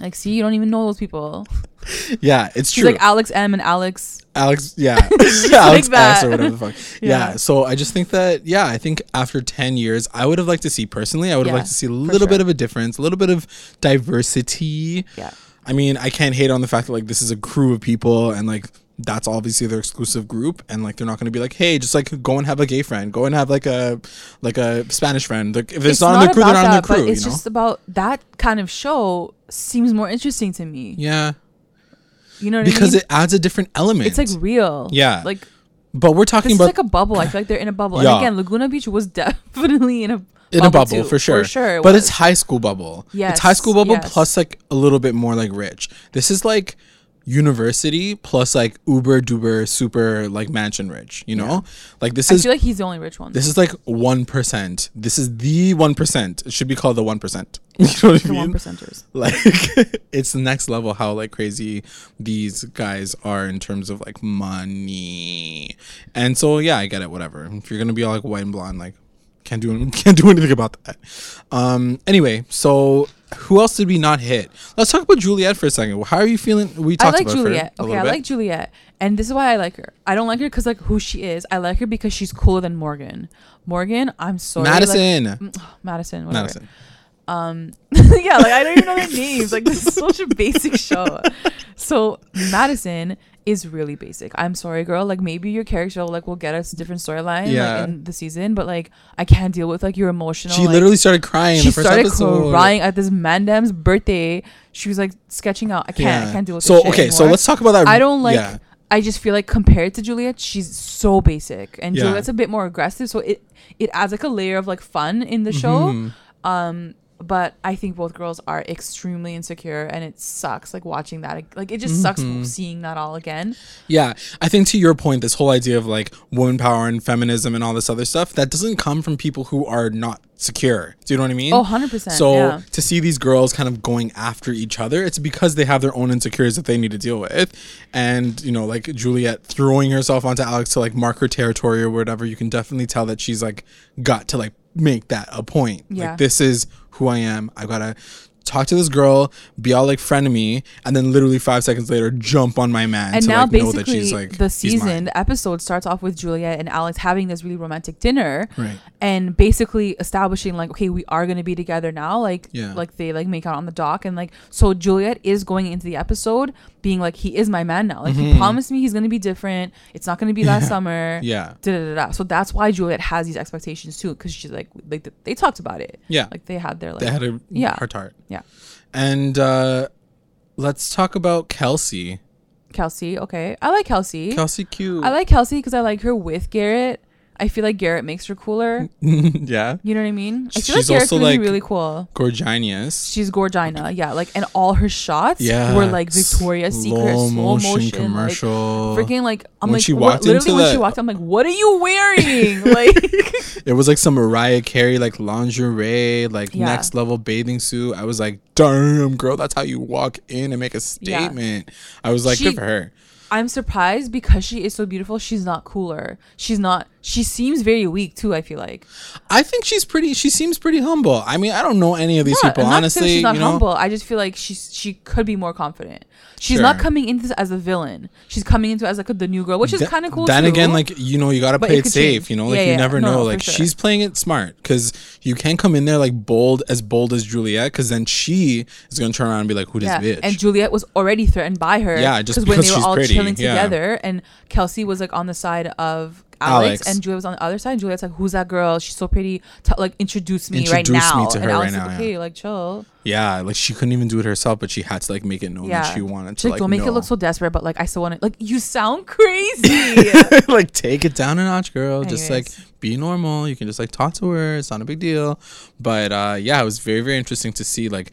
[SPEAKER 2] Like see, you don't even know those people.
[SPEAKER 1] Yeah, it's
[SPEAKER 2] She's
[SPEAKER 1] true.
[SPEAKER 2] like Alex M and Alex
[SPEAKER 1] Alex, yeah, Alex
[SPEAKER 2] like that.
[SPEAKER 1] X or whatever the fuck. yeah.
[SPEAKER 2] Yeah.
[SPEAKER 1] so I just think that, yeah, I think after ten years, I would have liked to see personally. I would have
[SPEAKER 2] Yeah,
[SPEAKER 1] liked to see a
[SPEAKER 2] for
[SPEAKER 1] little bit
[SPEAKER 2] sure.
[SPEAKER 1] of a difference, a little bit of diversity.
[SPEAKER 2] Yeah.
[SPEAKER 1] I mean, I can't hate on the fact that like this is a crew of people and like that's obviously their exclusive group and like they're not going to be like, hey, just like go and have a gay friend, go and have like a like a Spanish friend. Like if it's, not, in the crew, they're not in the crew.
[SPEAKER 2] but it's
[SPEAKER 1] you know?
[SPEAKER 2] just about that kind of show seems more interesting to me.
[SPEAKER 1] yeah,
[SPEAKER 2] You know what
[SPEAKER 1] because
[SPEAKER 2] I mean?
[SPEAKER 1] it adds a different element.
[SPEAKER 2] it's like real.
[SPEAKER 1] Yeah.
[SPEAKER 2] Like
[SPEAKER 1] but we're talking
[SPEAKER 2] this is
[SPEAKER 1] about
[SPEAKER 2] like a bubble. I feel like they're in a bubble.
[SPEAKER 1] Yeah.
[SPEAKER 2] And again, Laguna Beach was definitely in a
[SPEAKER 1] in a bubble
[SPEAKER 2] too.
[SPEAKER 1] for sure.
[SPEAKER 2] sure. it
[SPEAKER 1] but
[SPEAKER 2] was.
[SPEAKER 1] it's high school bubble. it's
[SPEAKER 2] Yes,
[SPEAKER 1] high school bubble
[SPEAKER 2] yes.
[SPEAKER 1] plus like a little bit more like rich. This is like university plus like uber duber super like mansion rich. You know, like this
[SPEAKER 2] I
[SPEAKER 1] is
[SPEAKER 2] feel like he's the only rich one.
[SPEAKER 1] this is like one percent. This is the one percent. It should be called the one percent. You know what I
[SPEAKER 2] the
[SPEAKER 1] mean?
[SPEAKER 2] one percenters.
[SPEAKER 1] Like it's the next level how like crazy these guys are in terms of like money. And so yeah, I get it, whatever. If you're gonna be all like white and blonde, like can't do can't do anything about that. Um anyway, so who else did we not hit? Let's talk about Juliet for a second. How are you feeling? We
[SPEAKER 2] I
[SPEAKER 1] talked
[SPEAKER 2] like
[SPEAKER 1] about her
[SPEAKER 2] Juliet.
[SPEAKER 1] a
[SPEAKER 2] Okay,
[SPEAKER 1] little
[SPEAKER 2] I
[SPEAKER 1] bit.
[SPEAKER 2] like Juliet, and this is why I like her. I don't like her because like who she is. I like her because she's cooler than Morgan. Morgan, I'm sorry, like- Mm,
[SPEAKER 1] Madison.
[SPEAKER 2] Madison, whatever.
[SPEAKER 1] Madison.
[SPEAKER 2] um yeah like i don't even know their names like this is such a basic show so madison is really basic i'm sorry girl like maybe your character will, like will get us a different storyline
[SPEAKER 1] Yeah.
[SPEAKER 2] like in the season but like i can't deal with like your emotional
[SPEAKER 1] She
[SPEAKER 2] like-
[SPEAKER 1] literally started crying in
[SPEAKER 2] she
[SPEAKER 1] the first
[SPEAKER 2] started
[SPEAKER 1] episode.
[SPEAKER 2] crying at this mandem's birthday she was like sketching out i can't
[SPEAKER 1] Yeah.
[SPEAKER 2] i can't deal with
[SPEAKER 1] So
[SPEAKER 2] this shit
[SPEAKER 1] okay, so
[SPEAKER 2] anymore.
[SPEAKER 1] let's talk about that.
[SPEAKER 2] i don't like
[SPEAKER 1] Um, yeah.
[SPEAKER 2] I just feel like compared to Juliet, she's so basic, and
[SPEAKER 1] Yeah.
[SPEAKER 2] Juliet's a bit more aggressive. So it it adds like a layer of like fun in the show.
[SPEAKER 1] Mhm.
[SPEAKER 2] Um, but I think both girls are extremely insecure, and it sucks. Like watching that, like it just
[SPEAKER 1] Mm-hmm.
[SPEAKER 2] sucks seeing that all again.
[SPEAKER 1] Yeah, I think to your point, this whole idea of like woman power and feminism and all this other stuff that doesn't come from people who are not secure. Do you know what I mean?
[SPEAKER 2] Oh, 100%,
[SPEAKER 1] So
[SPEAKER 2] yeah.
[SPEAKER 1] to see these girls kind of going after each other, it's because they have their own insecurities that they need to deal with, and you know, like Juliet throwing herself onto Alex to like mark her territory or whatever. You can definitely tell that she's like got to like make that a point.
[SPEAKER 2] Yeah.
[SPEAKER 1] Like this is who I am. I gotta. Talk to this girl, be all like friend me, and then literally five seconds later, jump on my man
[SPEAKER 2] And
[SPEAKER 1] to
[SPEAKER 2] now
[SPEAKER 1] like know
[SPEAKER 2] basically,
[SPEAKER 1] that she's like
[SPEAKER 2] the
[SPEAKER 1] "He's mine."
[SPEAKER 2] season, the episode starts off with Juliet and Alex having this really romantic dinner,
[SPEAKER 1] Right.
[SPEAKER 2] And basically establishing like, okay, we are gonna be together now. Like,
[SPEAKER 1] Yeah.
[SPEAKER 2] like they like make out on the dock, and like, so Juliet is going into the episode being like, he is my man now. Like, he promised me he's gonna be different. It's not gonna be last summer.
[SPEAKER 1] Mm-hmm. Yeah.
[SPEAKER 2] Da, da, da, da. So that's why Juliet has these expectations too, because she's like, like they talked about it.
[SPEAKER 1] Yeah.
[SPEAKER 2] Like they had their like,
[SPEAKER 1] They had a
[SPEAKER 2] Yeah.
[SPEAKER 1] heart to heart.
[SPEAKER 2] yeah,
[SPEAKER 1] And uh let's talk about Kelsey.
[SPEAKER 2] Kelsey. Okay, I like Kelsey.
[SPEAKER 1] Kelsey Q.
[SPEAKER 2] I like Kelsey because I like her with Garrett. I feel like Garrett makes her cooler.
[SPEAKER 1] yeah.
[SPEAKER 2] You know what I mean? I feel
[SPEAKER 1] She's
[SPEAKER 2] like Garrett's
[SPEAKER 1] also,
[SPEAKER 2] gonna be
[SPEAKER 1] like-
[SPEAKER 2] really cool.
[SPEAKER 1] Gorginius.
[SPEAKER 2] She's Gorgina, yeah. Like, and all her shots
[SPEAKER 1] yeah.
[SPEAKER 2] were like Victoria's Secret, slow motion, like,
[SPEAKER 1] commercial.
[SPEAKER 2] freaking like I'm
[SPEAKER 1] When
[SPEAKER 2] like
[SPEAKER 1] she
[SPEAKER 2] what-
[SPEAKER 1] walked
[SPEAKER 2] literally
[SPEAKER 1] into
[SPEAKER 2] when
[SPEAKER 1] that-
[SPEAKER 2] she walked, I'm like, what are you wearing? like,
[SPEAKER 1] it was like some Mariah Carey like lingerie, like
[SPEAKER 2] Yeah.
[SPEAKER 1] next level bathing suit. I was like, damn, girl, that's how you walk in and make a statement. I was like,
[SPEAKER 2] She-
[SPEAKER 1] good for her.
[SPEAKER 2] I'm surprised because she is so beautiful. She's not cooler. She's not. She seems very weak too. I feel like
[SPEAKER 1] I think she's pretty. She seems pretty humble. I mean, I don't know any of these
[SPEAKER 2] Yeah,
[SPEAKER 1] people
[SPEAKER 2] I'm not saying
[SPEAKER 1] honestly.
[SPEAKER 2] she's not
[SPEAKER 1] you know,
[SPEAKER 2] humble. I just feel like she's she could be more confident. She's not
[SPEAKER 1] Sure.
[SPEAKER 2] coming into this as a villain. She's coming into it as like the new girl, which is
[SPEAKER 1] Th-
[SPEAKER 2] kind of cool.
[SPEAKER 1] Then
[SPEAKER 2] too.
[SPEAKER 1] again, like you know, you gotta
[SPEAKER 2] But
[SPEAKER 1] play
[SPEAKER 2] it
[SPEAKER 1] it
[SPEAKER 2] could
[SPEAKER 1] safe.
[SPEAKER 2] change.
[SPEAKER 1] You know,
[SPEAKER 2] Yeah,
[SPEAKER 1] like
[SPEAKER 2] yeah,
[SPEAKER 1] you never
[SPEAKER 2] no,
[SPEAKER 1] know.
[SPEAKER 2] for
[SPEAKER 1] Like
[SPEAKER 2] sure.
[SPEAKER 1] she's playing it smart because you can't come in there like bold as bold as Juliet because then she is gonna turn around and be like, "Who this
[SPEAKER 2] yeah.
[SPEAKER 1] bitch?"
[SPEAKER 2] And Juliet was already threatened by her.
[SPEAKER 1] Yeah, just
[SPEAKER 2] when they
[SPEAKER 1] because
[SPEAKER 2] were
[SPEAKER 1] she's
[SPEAKER 2] all
[SPEAKER 1] pretty,
[SPEAKER 2] chilling
[SPEAKER 1] yeah.
[SPEAKER 2] together, and Kelsey was like on the side of. Alex,
[SPEAKER 1] Alex.
[SPEAKER 2] and Juliet was on the other side. And Juliet's like, "Who's that girl? She's so pretty. T- like, introduce me right
[SPEAKER 1] Introduce me
[SPEAKER 2] now."
[SPEAKER 1] to
[SPEAKER 2] and
[SPEAKER 1] her
[SPEAKER 2] Alex
[SPEAKER 1] right
[SPEAKER 2] like,
[SPEAKER 1] now,
[SPEAKER 2] "Okay,
[SPEAKER 1] yeah.
[SPEAKER 2] like chill."
[SPEAKER 1] yeah, like she couldn't even do it herself, but she had to like make it known that she wanted
[SPEAKER 2] She's
[SPEAKER 1] to
[SPEAKER 2] like,
[SPEAKER 1] like
[SPEAKER 2] don't make it
[SPEAKER 1] know.
[SPEAKER 2] look so desperate, but like I still want it. Like you sound crazy.
[SPEAKER 1] like take it down a notch, girl. Just like
[SPEAKER 2] Anyways.
[SPEAKER 1] be normal. You can just like talk to her. It's not a big deal. But uh, yeah, it was very very interesting to see like.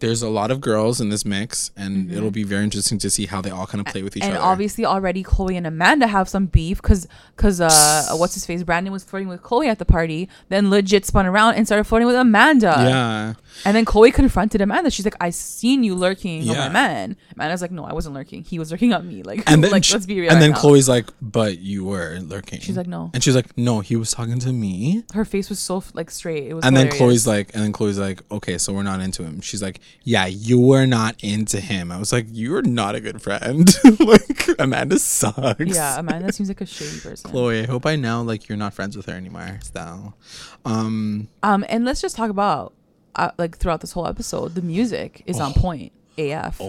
[SPEAKER 1] There's a lot of girls in this mix, and it'll be very interesting to see how they all kind of play with each
[SPEAKER 2] Mm-hmm. and
[SPEAKER 1] other.
[SPEAKER 2] obviously already Chloe and Amanda have some beef because because uh what's his face Brandon was flirting with Chloe at the party, then legit spun around and started flirting with Amanda.
[SPEAKER 1] yeah,
[SPEAKER 2] And then Chloe confronted Amanda. She's like, I seen you lurking on my
[SPEAKER 1] Yeah.
[SPEAKER 2] man. Amanda's like, No, I wasn't lurking. He was lurking at me. Like,
[SPEAKER 1] and then
[SPEAKER 2] like
[SPEAKER 1] sh-
[SPEAKER 2] let's be real.
[SPEAKER 1] And
[SPEAKER 2] right
[SPEAKER 1] then
[SPEAKER 2] now.
[SPEAKER 1] Chloe's like, "But you were lurking."
[SPEAKER 2] She's like, "No."
[SPEAKER 1] And she's like, "No, he was talking to me."
[SPEAKER 2] her face was so like straight. It was
[SPEAKER 1] And then
[SPEAKER 2] hilarious.
[SPEAKER 1] Chloe's like, and then Chloe's like, "Okay, so we're not into him." She's like, "Yeah, you were not into him." I was like, "You're not a good friend." like Amanda sucks.
[SPEAKER 2] Yeah, Amanda seems like a shady person.
[SPEAKER 1] Chloe, I hope I know like you're not friends with her anymore. So, um,
[SPEAKER 2] Um, and let's just talk about uh, like throughout this whole episode, the music is on point. AF.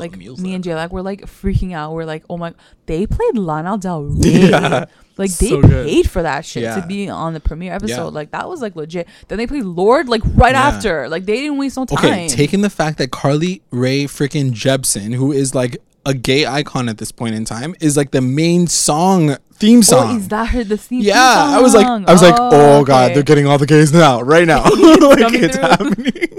[SPEAKER 2] like
[SPEAKER 1] Oh. music.
[SPEAKER 2] me and J Lag were like freaking out. We're like, oh my, they played Lana Del Rey.
[SPEAKER 1] Yeah.
[SPEAKER 2] Like they
[SPEAKER 1] So good.
[SPEAKER 2] paid for that shit to
[SPEAKER 1] Yeah.
[SPEAKER 2] be on the premiere episode.
[SPEAKER 1] Yeah.
[SPEAKER 2] Like that was like legit. Then they played Lord like right
[SPEAKER 1] Yeah.
[SPEAKER 2] after. Like they didn't waste no time.
[SPEAKER 1] okay, taking the fact that Carly Ray freaking Jepsen, who is like a gay icon at this point in time, is like the main song theme
[SPEAKER 2] Oh,
[SPEAKER 1] song.
[SPEAKER 2] is that her the theme?
[SPEAKER 1] Yeah, I was like,
[SPEAKER 2] song?
[SPEAKER 1] I was like, oh god,
[SPEAKER 2] okay.
[SPEAKER 1] they're getting all the gays now, right now, like
[SPEAKER 2] coming
[SPEAKER 1] it's
[SPEAKER 2] through.
[SPEAKER 1] happening.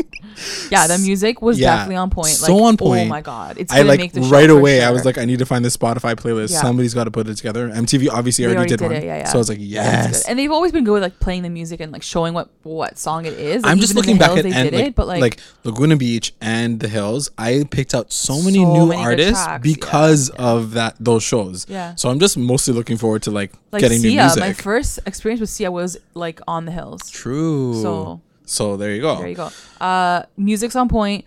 [SPEAKER 2] yeah, the music was
[SPEAKER 1] Yeah,
[SPEAKER 2] definitely on point. Like,
[SPEAKER 1] so on
[SPEAKER 2] Oh
[SPEAKER 1] point.
[SPEAKER 2] my god, it's
[SPEAKER 1] I
[SPEAKER 2] gonna
[SPEAKER 1] like
[SPEAKER 2] make the show
[SPEAKER 1] right
[SPEAKER 2] for
[SPEAKER 1] away. I
[SPEAKER 2] sure.
[SPEAKER 1] was like, I need to find this Spotify playlist.
[SPEAKER 2] Yeah.
[SPEAKER 1] Somebody's got to put it together. MTV obviously
[SPEAKER 2] They
[SPEAKER 1] already, did, one,
[SPEAKER 2] it, yeah, yeah.
[SPEAKER 1] so I was like,
[SPEAKER 2] That's good.
[SPEAKER 1] yes.
[SPEAKER 2] And they've always been good with like playing the music and like showing what what song it is. Like,
[SPEAKER 1] I'm just
[SPEAKER 2] even in
[SPEAKER 1] looking
[SPEAKER 2] the
[SPEAKER 1] back
[SPEAKER 2] Hills
[SPEAKER 1] at
[SPEAKER 2] they
[SPEAKER 1] and
[SPEAKER 2] did
[SPEAKER 1] like,
[SPEAKER 2] it, but like,
[SPEAKER 1] like Laguna Beach and the Hills. I picked out so many
[SPEAKER 2] So
[SPEAKER 1] new
[SPEAKER 2] many good
[SPEAKER 1] artists
[SPEAKER 2] tracks, yeah,
[SPEAKER 1] because of that those shows.
[SPEAKER 2] Yeah.
[SPEAKER 1] So I'm just mostly looking forward to like,
[SPEAKER 2] like
[SPEAKER 1] getting new
[SPEAKER 2] Sia.
[SPEAKER 1] music.
[SPEAKER 2] My first experience with Sia was like on the hills.
[SPEAKER 1] True.
[SPEAKER 2] So-
[SPEAKER 1] So so there you go.
[SPEAKER 2] There you go. Uh, music's on point.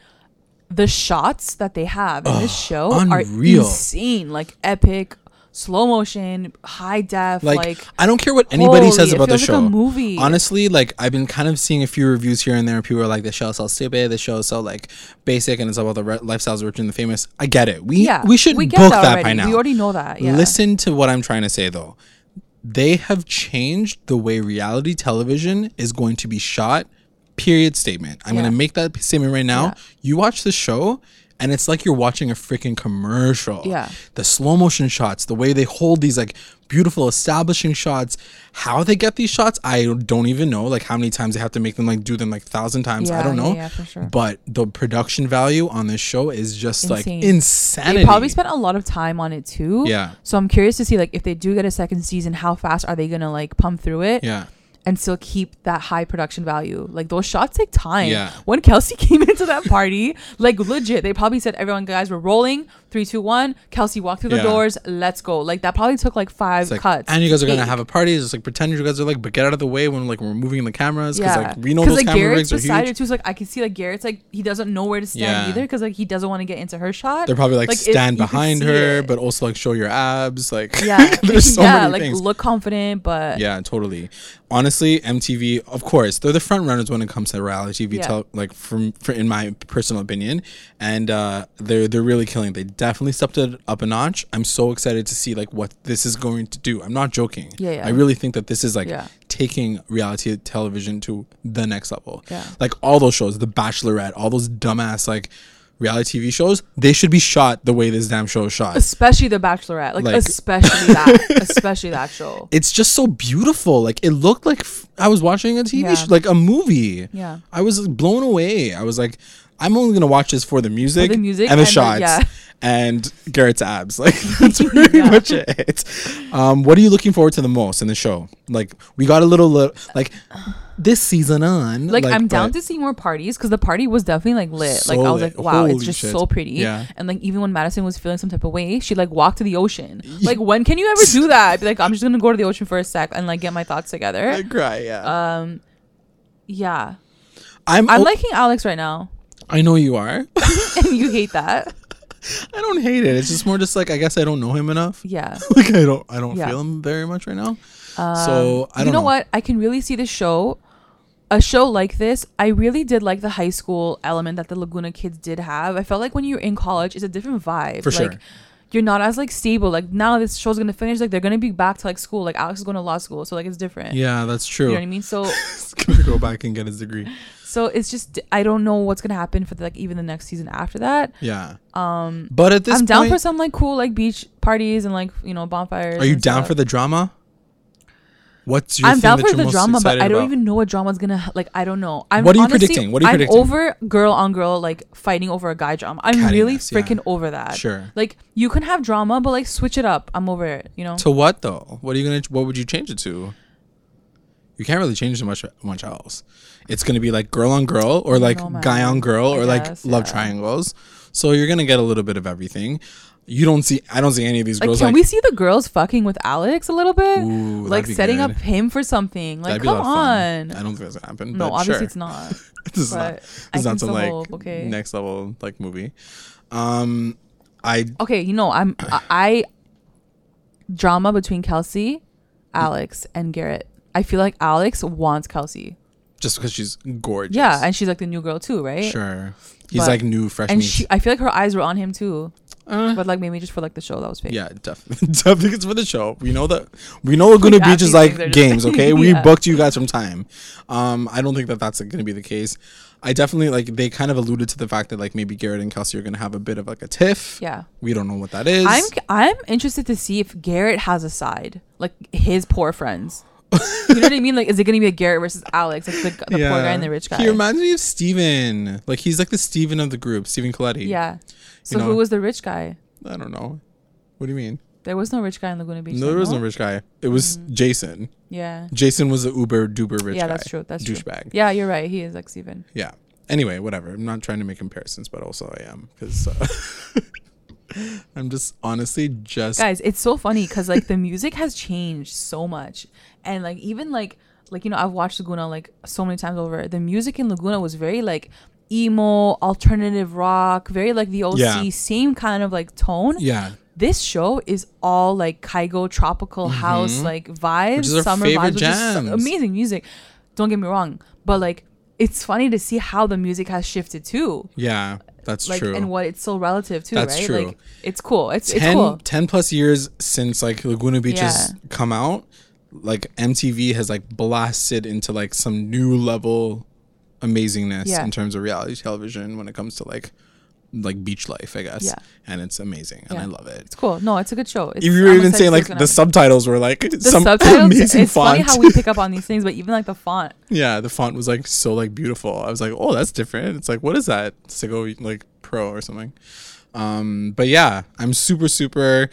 [SPEAKER 2] The shots that they have in this show
[SPEAKER 1] unreal.
[SPEAKER 2] are insane, like epic, slow motion, high def, like.
[SPEAKER 1] like, I don't care what anybody
[SPEAKER 2] holy,
[SPEAKER 1] says
[SPEAKER 2] it
[SPEAKER 1] about the
[SPEAKER 2] feels like
[SPEAKER 1] show.
[SPEAKER 2] a movie.
[SPEAKER 1] Honestly, like I've been kind of seeing a few reviews here and there. People are like, "The show is so stupid. The show is so like basic, and it's about the re- lifestyles of rich and the famous." I get it. We
[SPEAKER 2] yeah,
[SPEAKER 1] we should
[SPEAKER 2] get
[SPEAKER 1] book that, by
[SPEAKER 2] already.
[SPEAKER 1] now.
[SPEAKER 2] We already know that. Yeah.
[SPEAKER 1] Listen to what I'm trying to say though. They have changed the way reality television is going to be shot. Period statement. I'm
[SPEAKER 2] Yeah.
[SPEAKER 1] going to make that statement right now.
[SPEAKER 2] Yeah.
[SPEAKER 1] You watch the show and it's like you're watching a freaking commercial.
[SPEAKER 2] Yeah.
[SPEAKER 1] The slow motion shots, the way they hold these like beautiful establishing shots, how they get these shots, I don't even know. Like how many times they have to make them like do them like thousand times.
[SPEAKER 2] Yeah,
[SPEAKER 1] I don't
[SPEAKER 2] yeah,
[SPEAKER 1] know.
[SPEAKER 2] yeah, for sure.
[SPEAKER 1] But the production value on this show is just
[SPEAKER 2] Insane.
[SPEAKER 1] like insanity.
[SPEAKER 2] They probably spent a lot of time on it too.
[SPEAKER 1] Yeah.
[SPEAKER 2] So I'm curious to see like if they do get a second season, how fast are they gonna like pump through it
[SPEAKER 1] Yeah.
[SPEAKER 2] and still keep that high production value? Like those shots take time.
[SPEAKER 1] Yeah.
[SPEAKER 2] When Kelsey came into that party, like legit, they probably said, "Everyone, guys, we're rolling. Three, two, one. Kelsey walked through the
[SPEAKER 1] Yeah.
[SPEAKER 2] doors. Let's go." Like that probably took like five
[SPEAKER 1] It's like,
[SPEAKER 2] cuts.
[SPEAKER 1] and you guys are gonna
[SPEAKER 2] Eight.
[SPEAKER 1] have a party. It's like pretend you guys are like, but get out of the way when like we're moving the cameras because
[SPEAKER 2] Yeah,
[SPEAKER 1] like we know those
[SPEAKER 2] like
[SPEAKER 1] camera rigs
[SPEAKER 2] Garrett's
[SPEAKER 1] are
[SPEAKER 2] beside
[SPEAKER 1] huge.
[SPEAKER 2] her too. So like I can see like Garrett's like he doesn't know where to stand
[SPEAKER 1] Yeah.
[SPEAKER 2] either because like he doesn't want to get into her shot.
[SPEAKER 1] They're probably like,
[SPEAKER 2] it-
[SPEAKER 1] stand
[SPEAKER 2] you can
[SPEAKER 1] behind
[SPEAKER 2] see
[SPEAKER 1] her,
[SPEAKER 2] it.
[SPEAKER 1] but also like show your abs. Like
[SPEAKER 2] yeah,
[SPEAKER 1] there's so
[SPEAKER 2] yeah,
[SPEAKER 1] many
[SPEAKER 2] like
[SPEAKER 1] things.
[SPEAKER 2] look confident, but
[SPEAKER 1] yeah, totally. Honestly, MTV, of course, they're the front runners when it comes to reality TV.
[SPEAKER 2] Yeah.
[SPEAKER 1] Tell, like from, for, in my personal opinion, and uh, they're they're really killing. it. They definitely stepped it up a notch. I'm so excited to see like what this is going to do. I'm not joking.
[SPEAKER 2] Yeah, yeah.
[SPEAKER 1] I really think that this is like
[SPEAKER 2] Yeah.
[SPEAKER 1] taking reality television to the next level.
[SPEAKER 2] Yeah.
[SPEAKER 1] Like all those shows, The Bachelorette, all those dumbass like reality TV shows, they should be shot the way this damn show is shot.
[SPEAKER 2] especially the Bachelorette, like,
[SPEAKER 1] Like-
[SPEAKER 2] especially that, especially that show.
[SPEAKER 1] It's just so beautiful. Like it looked like f- I was watching a TV,
[SPEAKER 2] Yeah.
[SPEAKER 1] sh- like a movie.
[SPEAKER 2] Yeah.
[SPEAKER 1] I was blown away. I was like, I'm only gonna watch this for the music,
[SPEAKER 2] the music
[SPEAKER 1] and the
[SPEAKER 2] and the-
[SPEAKER 1] shots,
[SPEAKER 2] yeah.
[SPEAKER 1] and Garrett's abs. Like that's pretty
[SPEAKER 2] Yeah.
[SPEAKER 1] much it. Um, what are you looking forward to the most in the show? Like we got a little, li- like this season on.
[SPEAKER 2] Like, I'm down
[SPEAKER 1] but-
[SPEAKER 2] to see more parties because the party was definitely like lit.
[SPEAKER 1] So
[SPEAKER 2] like I was
[SPEAKER 1] lit.
[SPEAKER 2] like, wow, it's
[SPEAKER 1] Holy
[SPEAKER 2] just
[SPEAKER 1] shit.
[SPEAKER 2] so pretty.
[SPEAKER 1] Yeah.
[SPEAKER 2] And like even when Madison was feeling some type of way, she like walked to the ocean. Like when can you ever do that? I'd be like, I'm just gonna go to the ocean for a sec and like get my thoughts together.
[SPEAKER 1] I cry. Yeah.
[SPEAKER 2] um, yeah,
[SPEAKER 1] I'm.
[SPEAKER 2] I'm
[SPEAKER 1] oh,
[SPEAKER 2] liking Alex right now,
[SPEAKER 1] I know you are.
[SPEAKER 2] and you hate that.
[SPEAKER 1] I don't hate it. It's just more just like I guess I don't know him enough.
[SPEAKER 2] Yeah.
[SPEAKER 1] like I don't I don't
[SPEAKER 2] Yeah. Um,
[SPEAKER 1] feel him very much right now. so I don't
[SPEAKER 2] you know, what? I can really see the show. A show like this, I really did like the high school element that the Laguna kids did have. I felt like when you're in college, it's a different vibe.
[SPEAKER 1] For
[SPEAKER 2] like,
[SPEAKER 1] sure.
[SPEAKER 2] You're not as like stable. Like now, this show's gonna finish. Like they're gonna be back to like school. Like Alex is going to law school, so like it's different.
[SPEAKER 1] Yeah, that's true.
[SPEAKER 2] You know what I mean? So,
[SPEAKER 1] He's gonna go back and get his degree.
[SPEAKER 2] so it's just I don't know what's gonna happen for like even the next season after that.
[SPEAKER 1] Yeah.
[SPEAKER 2] Um,
[SPEAKER 1] But at this
[SPEAKER 2] I'm
[SPEAKER 1] point,
[SPEAKER 2] down for some like cool like beach parties and like you know bonfires.
[SPEAKER 1] are you
[SPEAKER 2] and
[SPEAKER 1] down
[SPEAKER 2] stuff.
[SPEAKER 1] for the drama? What's your
[SPEAKER 2] I'm
[SPEAKER 1] thing
[SPEAKER 2] down
[SPEAKER 1] that
[SPEAKER 2] for
[SPEAKER 1] you're
[SPEAKER 2] the
[SPEAKER 1] most
[SPEAKER 2] drama, but
[SPEAKER 1] excited
[SPEAKER 2] I don't
[SPEAKER 1] about?
[SPEAKER 2] even know what drama's gonna like. I don't know. I'm
[SPEAKER 1] What are you
[SPEAKER 2] honestly-
[SPEAKER 1] predicting? What are you
[SPEAKER 2] I'm
[SPEAKER 1] predicting?
[SPEAKER 2] over girl on girl like fighting over a guy drama. I'm
[SPEAKER 1] Cattiness,
[SPEAKER 2] really
[SPEAKER 1] yeah.
[SPEAKER 2] freaking over that.
[SPEAKER 1] Sure.
[SPEAKER 2] Like you can have drama, but like switch it up. I'm over it. You know.
[SPEAKER 1] To what though? What are you gonna? What would you change it to? You can't really change it much much else. It's gonna be like girl on girl, or like
[SPEAKER 2] know,
[SPEAKER 1] guy
[SPEAKER 2] man.
[SPEAKER 1] on girl, or
[SPEAKER 2] I
[SPEAKER 1] like
[SPEAKER 2] guess,
[SPEAKER 1] love
[SPEAKER 2] yeah.
[SPEAKER 1] triangles. So you're gonna get a little bit of everything. You don't see. I don't see any of these
[SPEAKER 2] like,
[SPEAKER 1] girls
[SPEAKER 2] can
[SPEAKER 1] like
[SPEAKER 2] we see the girls fucking with Alex a little bit?
[SPEAKER 1] Ooh,
[SPEAKER 2] like
[SPEAKER 1] that'd be
[SPEAKER 2] setting
[SPEAKER 1] good.
[SPEAKER 2] up him for something.
[SPEAKER 1] That'd
[SPEAKER 2] Like,
[SPEAKER 1] be a
[SPEAKER 2] come
[SPEAKER 1] lot of fun. I
[SPEAKER 2] on.
[SPEAKER 1] don't think that's gonna happen.
[SPEAKER 2] No,
[SPEAKER 1] but
[SPEAKER 2] obviously
[SPEAKER 1] sure.
[SPEAKER 2] it's not.
[SPEAKER 1] this is not.
[SPEAKER 2] but
[SPEAKER 1] This
[SPEAKER 2] I
[SPEAKER 1] is not some
[SPEAKER 2] can still
[SPEAKER 1] like
[SPEAKER 2] hope, okay.
[SPEAKER 1] next level like movie. Um, I
[SPEAKER 2] Okay, you know I'm I, I drama between Kelsey, Alex, and Garrett. I feel like Alex wants Kelsey.
[SPEAKER 1] just because she's gorgeous.
[SPEAKER 2] Yeah, and she's like the new girl too, right?
[SPEAKER 1] sure. He's
[SPEAKER 2] But-
[SPEAKER 1] like new fresh.
[SPEAKER 2] and
[SPEAKER 1] meat.
[SPEAKER 2] she i feel like her eyes were on him too
[SPEAKER 1] Uh,
[SPEAKER 2] but like maybe just for like the show that was fake
[SPEAKER 1] yeah, definitely. definitely it's for the show. We know that we know Laguna
[SPEAKER 2] got
[SPEAKER 1] Beach is
[SPEAKER 2] these
[SPEAKER 1] like
[SPEAKER 2] things, they're just-
[SPEAKER 1] games. Okay, we
[SPEAKER 2] Yeah.
[SPEAKER 1] booked you guys from time. Um, I don't think that that's gonna be the case. I definitely like they kind of alluded to the fact that like maybe Garrett and Kelsey are gonna have a bit of like a tiff.
[SPEAKER 2] yeah
[SPEAKER 1] We don't know what that is.
[SPEAKER 2] i'm i'm interested to see if garrett has a side like his poor friends you know what i mean like is it gonna be a garrett versus alex like the, the poor guy and the rich guy
[SPEAKER 1] He reminds me of Steven. Like he's like the Steven of the group, Steven Coletti.
[SPEAKER 2] yeah so
[SPEAKER 1] know-
[SPEAKER 2] who was the rich guy
[SPEAKER 1] I don't know. What do you mean?
[SPEAKER 2] there was no rich guy in laguna beach
[SPEAKER 1] No, there was no rich guy. It was Jason.
[SPEAKER 2] yeah
[SPEAKER 1] Jason was the uber duper rich
[SPEAKER 2] Mm-hmm. yeah
[SPEAKER 1] guy.
[SPEAKER 2] that's true that's true
[SPEAKER 1] douchebag.
[SPEAKER 2] yeah you're right he is like steven
[SPEAKER 1] Yeah. Anyway, whatever. I'm not trying to make comparisons, but also I am because uh, I'm just honestly just
[SPEAKER 2] guys it's so funny because like the music has changed so much and like even like like you know i've watched laguna like so many times over the music in laguna was very like emo alternative rock very like the oc
[SPEAKER 1] Yeah.
[SPEAKER 2] same kind of like tone
[SPEAKER 1] yeah.
[SPEAKER 2] this show is all like kaigo tropical house like vibes
[SPEAKER 1] Mm-hmm. Which is our
[SPEAKER 2] summer
[SPEAKER 1] favorite
[SPEAKER 2] vibes which is so-
[SPEAKER 1] jams.
[SPEAKER 2] amazing music don't get me wrong but like it's funny to see how the music has shifted too
[SPEAKER 1] Yeah. That's
[SPEAKER 2] like
[SPEAKER 1] true.
[SPEAKER 2] and what it's so relative to
[SPEAKER 1] That's
[SPEAKER 2] right
[SPEAKER 1] true.
[SPEAKER 2] like it's cool it's, it's
[SPEAKER 1] 10,
[SPEAKER 2] cool
[SPEAKER 1] 10 plus years since like Laguna Beach has
[SPEAKER 2] Yeah.
[SPEAKER 1] come out, like MTV has like blasted into like some new level amazingness
[SPEAKER 2] Yeah.
[SPEAKER 1] in terms of reality television when it comes to like like beach life, I guess.
[SPEAKER 2] Yeah.
[SPEAKER 1] And it's amazing and I
[SPEAKER 2] Yeah.
[SPEAKER 1] love it.
[SPEAKER 2] It's cool. No, it's a good show. It's,
[SPEAKER 1] If you were
[SPEAKER 2] I'm
[SPEAKER 1] even
[SPEAKER 2] excited
[SPEAKER 1] saying
[SPEAKER 2] to see
[SPEAKER 1] like the
[SPEAKER 2] what's gonna happen.
[SPEAKER 1] subtitles were like
[SPEAKER 2] the
[SPEAKER 1] some
[SPEAKER 2] subtitles,
[SPEAKER 1] amazing
[SPEAKER 2] it's
[SPEAKER 1] font.
[SPEAKER 2] funny how we pick up on these things, but even like the font.
[SPEAKER 1] yeah, the font was like so like beautiful. I was like, oh, that's different. It's like, what is that? Sigo like Pro or something. Um, but yeah, I'm super super.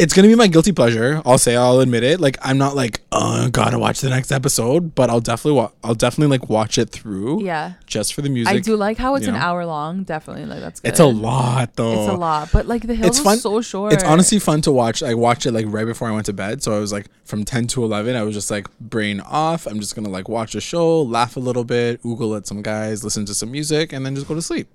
[SPEAKER 1] It's gonna be my guilty pleasure. I'll say, I'll admit it. Like, I'm not like, uh, gotta watch the next episode, but I'll definitely, wa- I'll definitely like watch it through.
[SPEAKER 2] Yeah.
[SPEAKER 1] just for the music.
[SPEAKER 2] I do like how it's
[SPEAKER 1] you
[SPEAKER 2] an
[SPEAKER 1] know.
[SPEAKER 2] hour long. Definitely, like that's good.
[SPEAKER 1] It's a lot though.
[SPEAKER 2] It's a lot, but like the hills
[SPEAKER 1] It's
[SPEAKER 2] it's
[SPEAKER 1] fun.
[SPEAKER 2] so short.
[SPEAKER 1] It's honestly fun to watch. I watched it like right before I went to bed, so I was like from ten to eleven. I was just like brain off. I'm just gonna like watch a show, laugh a little bit, oogle at some guys, listen to some music, and then just go to sleep.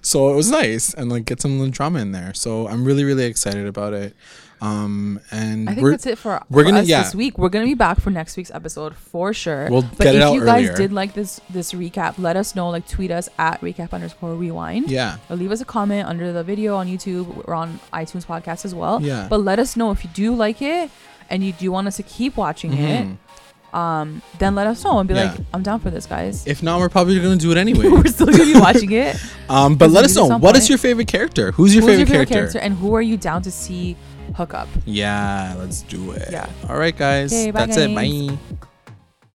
[SPEAKER 1] so it was nice and like get some little drama in there. So I'm really really excited about it. Um, and
[SPEAKER 2] I think
[SPEAKER 1] we're,
[SPEAKER 2] that's it for,
[SPEAKER 1] we're
[SPEAKER 2] for
[SPEAKER 1] gonna-
[SPEAKER 2] us
[SPEAKER 1] yeah.
[SPEAKER 2] this week. We're gonna be back for next week's episode for sure.
[SPEAKER 1] We'll
[SPEAKER 2] but
[SPEAKER 1] get it
[SPEAKER 2] if
[SPEAKER 1] out
[SPEAKER 2] you guys
[SPEAKER 1] earlier.
[SPEAKER 2] did like this this recap, let us know. Like tweet us at recap underscore rewind.
[SPEAKER 1] Yeah.
[SPEAKER 2] Or leave us a comment under the video on YouTube. We're on iTunes podcast as well.
[SPEAKER 1] Yeah.
[SPEAKER 2] But let us know if you do like it and you do want us to keep watching
[SPEAKER 1] Mhm.
[SPEAKER 2] it. Um, then let us know and be
[SPEAKER 1] Yeah.
[SPEAKER 2] like, I'm down for this, guys.
[SPEAKER 1] If not, we're probably gonna do it anyway.
[SPEAKER 2] we're still gonna be watching it.
[SPEAKER 1] Um, but
[SPEAKER 2] Please
[SPEAKER 1] let
[SPEAKER 2] read
[SPEAKER 1] us
[SPEAKER 2] at
[SPEAKER 1] know
[SPEAKER 2] some
[SPEAKER 1] what is
[SPEAKER 2] point.
[SPEAKER 1] your favorite character? Who's your,
[SPEAKER 2] Who's
[SPEAKER 1] favorite,
[SPEAKER 2] your favorite
[SPEAKER 1] character?
[SPEAKER 2] character and who are you down to see hook up?
[SPEAKER 1] Yeah, let's do it.
[SPEAKER 2] Yeah.
[SPEAKER 1] All right, guys.
[SPEAKER 2] Okay, bye,
[SPEAKER 1] That's it.
[SPEAKER 2] guys.
[SPEAKER 1] Bye.